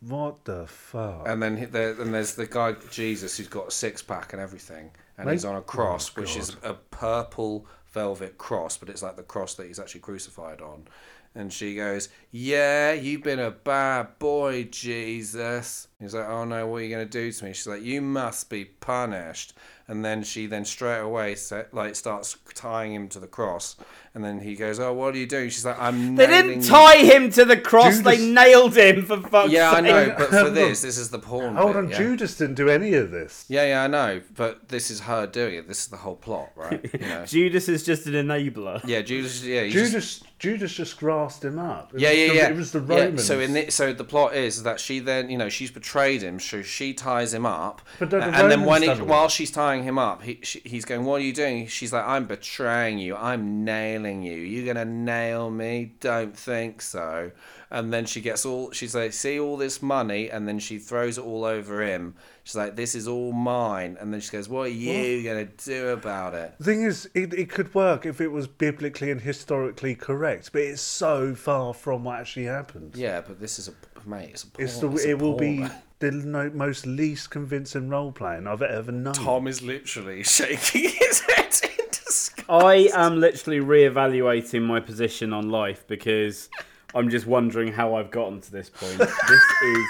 S4: What the fuck?
S3: And then he- there, and there's the guy Jesus who's got a six pack and everything, and
S4: Mate-
S3: he's on a cross,
S4: Oh,
S3: which is a purple velvet cross, but it's like the cross that he's actually crucified on. And she goes, "Yeah, you've been a bad boy, Jesus." He's like, "Oh no, what are you going to do to me?" She's like, "You must be punished." And then she then straight away set, like starts tying him to the cross, and then he goes, "Oh, what are you doing?" She's like, "I'm."
S2: They
S3: nailing
S2: didn't
S3: you."
S2: tie him to the cross.
S4: Judas-
S2: They nailed him for fuck's
S3: Yeah, I
S2: sake.
S3: know, but for this, this is the porn.
S4: Hold
S3: bit,
S4: on,
S3: yeah.
S4: Judas didn't do any of this.
S3: Yeah, yeah, I know, but this is her doing it. This is the whole plot, right? You know.
S2: Judas is just an enabler.
S3: yeah, Judas. Yeah, he's just-
S4: Judas, Judas just grasped him up. It
S3: yeah,
S4: was
S3: yeah,
S4: the,
S3: yeah.
S4: It was the
S3: Yeah,
S4: Romans.
S3: so in the, so the plot is that she then you know she's betrayed him, so she ties him up,
S4: But the- the
S3: and then
S4: Romans
S3: when he,
S4: done it.
S3: while she's tying him up, he, she, he's going, "What are you doing?" She's like, "I'm betraying you. I'm nailing you. You're gonna nail me? Don't think so." And then she gets all she's like, "See all this money," and then she throws it all over him. She's like, "This is all mine," and then she goes, "What are you gonna do about it?"
S4: The thing is, it, it could work if it was biblically and historically correct, but it's so far from what actually happened.
S3: Yeah, but this is a mate. It's a porn.
S4: Oh, It's the,
S3: it's a
S4: it will be
S3: porn.
S4: the no, most least convincing role playing I've ever known.
S3: Tom is literally shaking his head in disgust.
S2: I am literally reevaluating my position on life because I'm just wondering how I've gotten to this point. This is.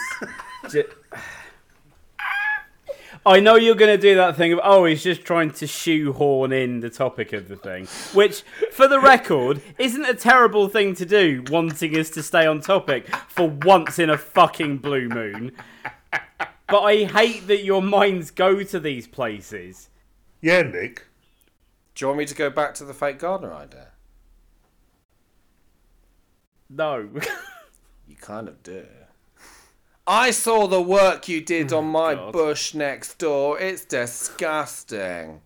S2: Ju- I know you're going to do that thing of, oh, he's just trying to shoehorn in the topic of the thing, which, for the record, isn't a terrible thing to do, wanting us to stay on topic for once in a fucking blue moon. But I hate that your minds go to these places.
S4: Yeah, Nick.
S3: Do you want me to go back to the fake gardener idea?
S2: No.
S3: You kind of do. I saw the work you did on my
S2: God.
S3: bush next door. It's disgusting.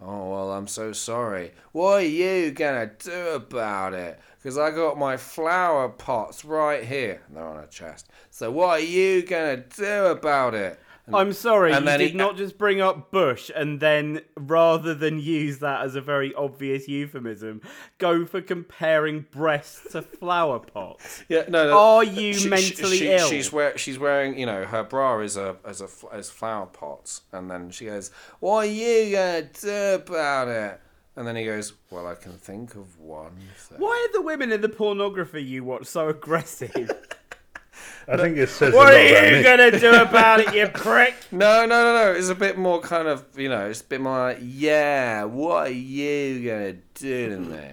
S3: Oh, well, I'm so sorry. What are you gonna do about it? Because I got my flower pots right here. They're on a chest. So, what are you gonna do about it?
S2: I'm sorry,
S3: And
S2: you
S3: then
S2: did
S3: he-
S2: not just bring up Bush and then, rather than use that as a very obvious euphemism, go for comparing breasts to flower pots.
S3: Yeah, no. no.
S2: Are you
S3: Uh, she- she-
S2: mentally
S3: she-
S2: ill?
S3: She's, wear, she's wearing, you know, her bra is a as a fl- as flower pots, and then she goes, "What are you gonna do about it?" And then he goes, "Well, I can think of one thing."
S2: Why are the women in the pornography you watch so aggressive?
S4: I think it says
S2: what
S4: a lot
S2: are
S4: about
S2: you
S4: Nick.
S2: going to do about it, you prick?
S3: No, no, no, no. It's a bit more kind of, you know, it's a bit more like, "Yeah, what are you gonna do
S2: Mm-hmm.
S3: to me?"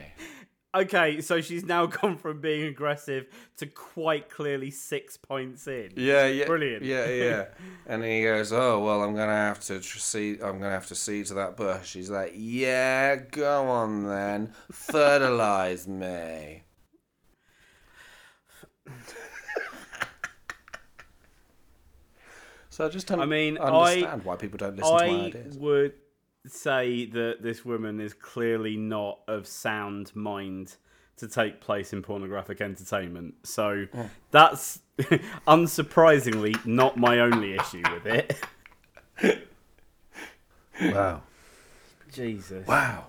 S2: Okay, so she's now gone from being aggressive to quite clearly six points in.
S3: Yeah, yeah,
S2: Brilliant.
S3: Yeah, yeah. and he goes, "Oh well, I'm gonna have to tr- see. I'm gonna have to see to that bush." He's like, "Yeah, go on then, fertilize me." so I just don't.
S2: I mean, I-
S3: understand why people don't listen to my
S2: I
S3: ideas.
S2: would say that this woman is clearly not of sound mind to take place in pornographic entertainment. So that's unsurprisingly not my only issue with it.
S4: Wow.
S2: Jesus.
S4: Wow.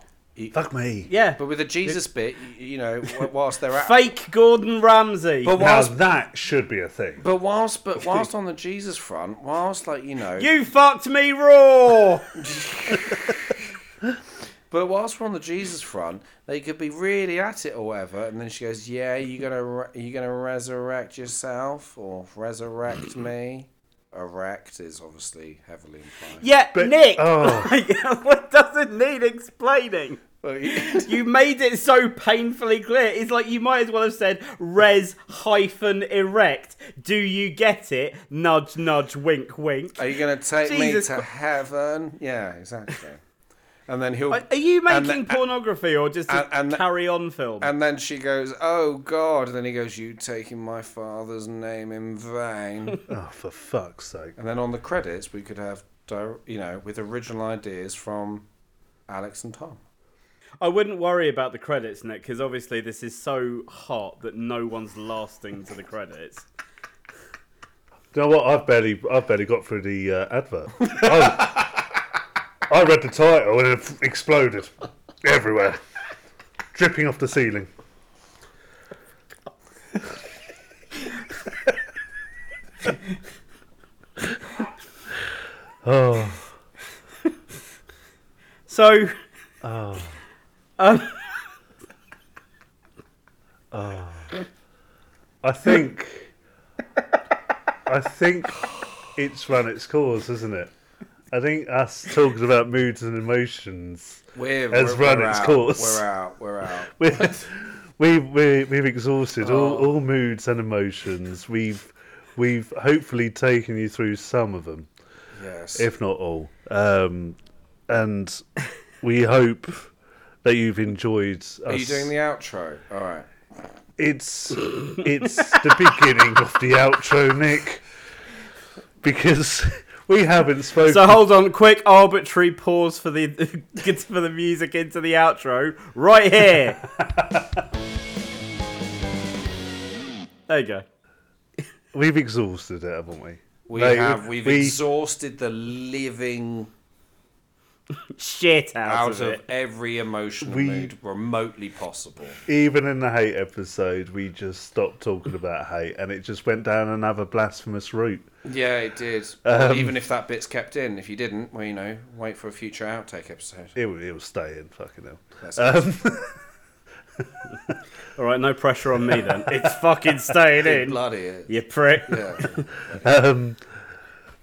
S4: Fuck me.
S2: Yeah.
S3: But with the Jesus bit, y- you know, wh- whilst they're at,
S2: Fake Gordon Ramsay.
S3: but
S4: Now
S3: whilst,
S4: that should be a thing.
S3: but whilst, but whilst on the Jesus front, whilst like you know,
S2: you fucked me raw.
S3: But whilst we're on the Jesus front, they could be really at it or whatever, and then she goes, "Yeah, you gonna re- you gonna resurrect yourself or resurrect me?" Erect is obviously heavily implied.
S2: yeah,
S4: But-
S2: Nick.
S4: oh.
S2: Like, what doesn't need explaining?
S3: Yeah.
S2: You made it so painfully clear. It's like you might as well have said res hyphen erect. Do you get it? Nudge, nudge, wink, wink.
S3: Are you gonna take
S2: Jesus
S3: me to
S2: Christ.
S3: heaven? Yeah, exactly. And then he'll.
S2: Are are you
S3: and
S2: making
S3: then-
S2: pornography or just a
S3: and- and-
S2: carry on film?
S3: And then she goes, "Oh God!" And then he goes, "You taking my father's name in vain."
S4: Oh, for fuck's sake.
S3: and then on the credits, we could have, dir- you know, with original ideas from Alex and Tom.
S2: I wouldn't worry about the credits, Nick, because obviously this is so hot that no one's lasting to the credits.
S4: You know what? I've barely, I've barely got through the uh, advert. I, I read the title and it exploded everywhere, dripping off the ceiling. oh,
S2: So,
S4: I think, I think it's run its course, isn't it? I think us talking about moods and emotions,
S3: We're,
S4: Has
S3: we're,
S4: run
S3: we're
S4: its
S3: out.
S4: course.
S3: We're out. We're out.
S4: we've we, we, we've exhausted all,
S3: Oh.
S4: all moods and emotions. We've we've hopefully taken you through some of them,
S3: Yes.
S4: if not all. Um, and we hope that you've enjoyed. Us.
S3: Are you doing the outro? All right.
S4: It's it's the beginning of the outro, Nick, because we haven't spoken.
S2: So hold on, quick arbitrary pause for the for the music into the outro right here. there you go.
S4: we've exhausted it, haven't we?
S3: We
S4: No,
S3: have. We've
S4: we-
S3: exhausted the living
S2: Shit out,
S3: out
S2: of,
S3: of
S2: it.
S3: every emotional
S4: We-
S3: mood remotely possible.
S4: Even in the hate episode, we just stopped talking about hate, and it just went down another blasphemous route.
S3: Yeah, it did. Even if that bit's kept in, if you didn't, well, you know, wait for a future outtake episode.
S4: It, will- it was staying, fucking hell.
S3: That's
S2: All right, no pressure on me then. It's fucking staying in.
S3: bloody it.
S2: You prick.
S3: Yeah.
S4: Um,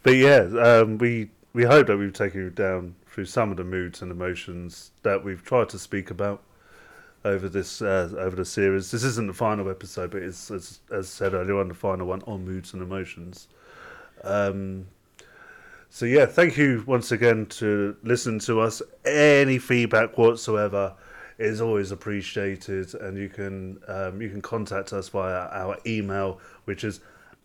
S4: but yeah, um, we we hope that we've taken you down through some of the moods and emotions that we've tried to speak about over this uh, over the series. This isn't the final episode, but it's as, as said earlier on, the final one on moods and emotions. Um, so yeah, thank you once again to listen to us. Any feedback whatsoever is always appreciated, and you can um, you can contact us via our email, which is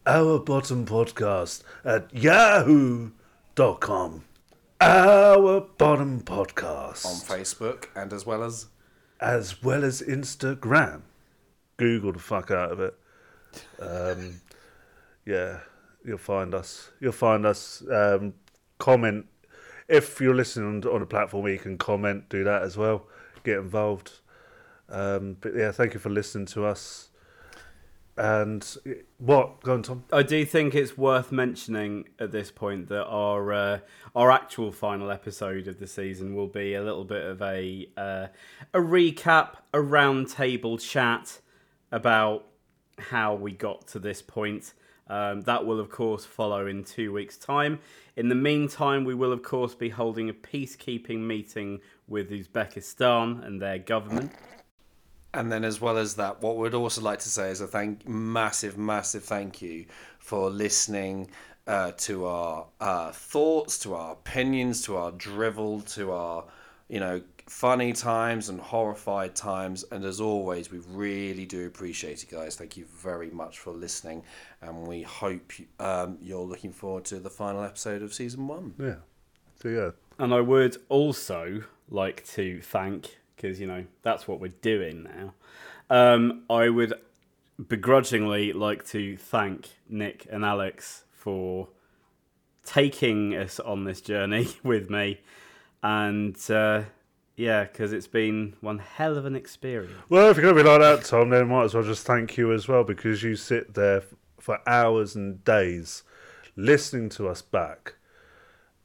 S4: our bottom podcast at yahoo.com. Our bottom podcast
S3: On Facebook and as well as
S4: as well as Instagram. Google the fuck out of it. Um, yeah, you'll find us. You'll find us. Um, comment if you're listening on, on a platform where you can comment. Do that as well. Get involved. Um, but yeah, thank you for listening to us. And what? Go on, Tom.
S2: I do think it's worth mentioning at this point that our uh, our actual final episode of the season will be a little bit of a uh, a recap, a roundtable chat about how we got to this point. Um, that will of course follow in two weeks' time. In the meantime, we will of course be holding a peacekeeping meeting with Uzbekistan and their government.
S3: And then, as well as that, what we'd also like to say is a thank, massive, massive thank you for listening uh, to our uh, thoughts, to our opinions, to our drivel, to our, you know, funny times and horrified times. And as always, we really do appreciate it, guys. Thank you very much for listening, and we hope you, um, you're looking forward to the final episode of season one.
S4: Yeah. So yeah,
S2: And I would also like to thank, because, you know, that's what we're doing now. Um, I would begrudgingly like to thank Nick and Alex for taking us on this journey with me. And uh, yeah, because it's been one hell of an experience.
S4: Well, if you're going to be like that, Tom, then might as well just thank you as well because you sit there f- for hours and days listening to us back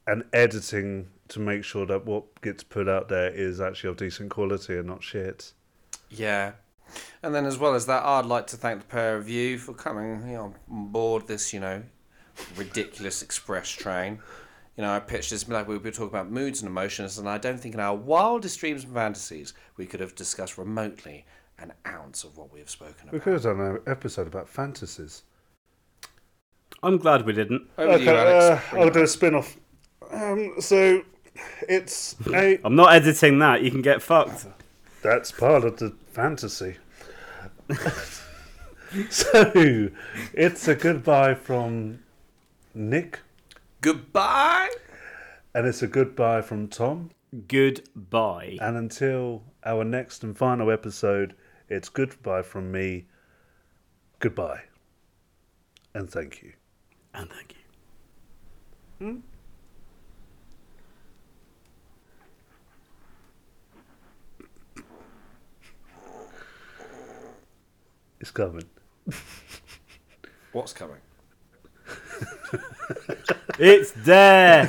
S4: and editing to make sure that what gets put out there is actually of decent quality and not shit.
S3: Yeah. And then, as well as that, I'd like to thank the pair of you for coming you know, on board this, you know, ridiculous express train. You know, I pitched this like we were talking about moods and emotions, and I don't think in our wildest dreams and fantasies we could have discussed remotely an ounce of what we have spoken
S4: We
S3: about.
S4: could have done an episode about fantasies.
S2: I'm glad we didn't.
S3: Over to you, Alex. Bring
S4: uh, I'll
S3: it
S4: do a
S3: on.
S4: spin off. Um, so it's a.
S2: I'm not editing that. You can get fucked.
S4: That's part of the fantasy. so it's a goodbye from Nick.
S3: Goodbye.
S4: And it's a goodbye from Tom.
S2: Goodbye.
S4: And until our next and final episode, it's goodbye from me. Goodbye. And thank you.
S2: And thank you.
S4: It's coming.
S3: What's coming?
S2: It's there.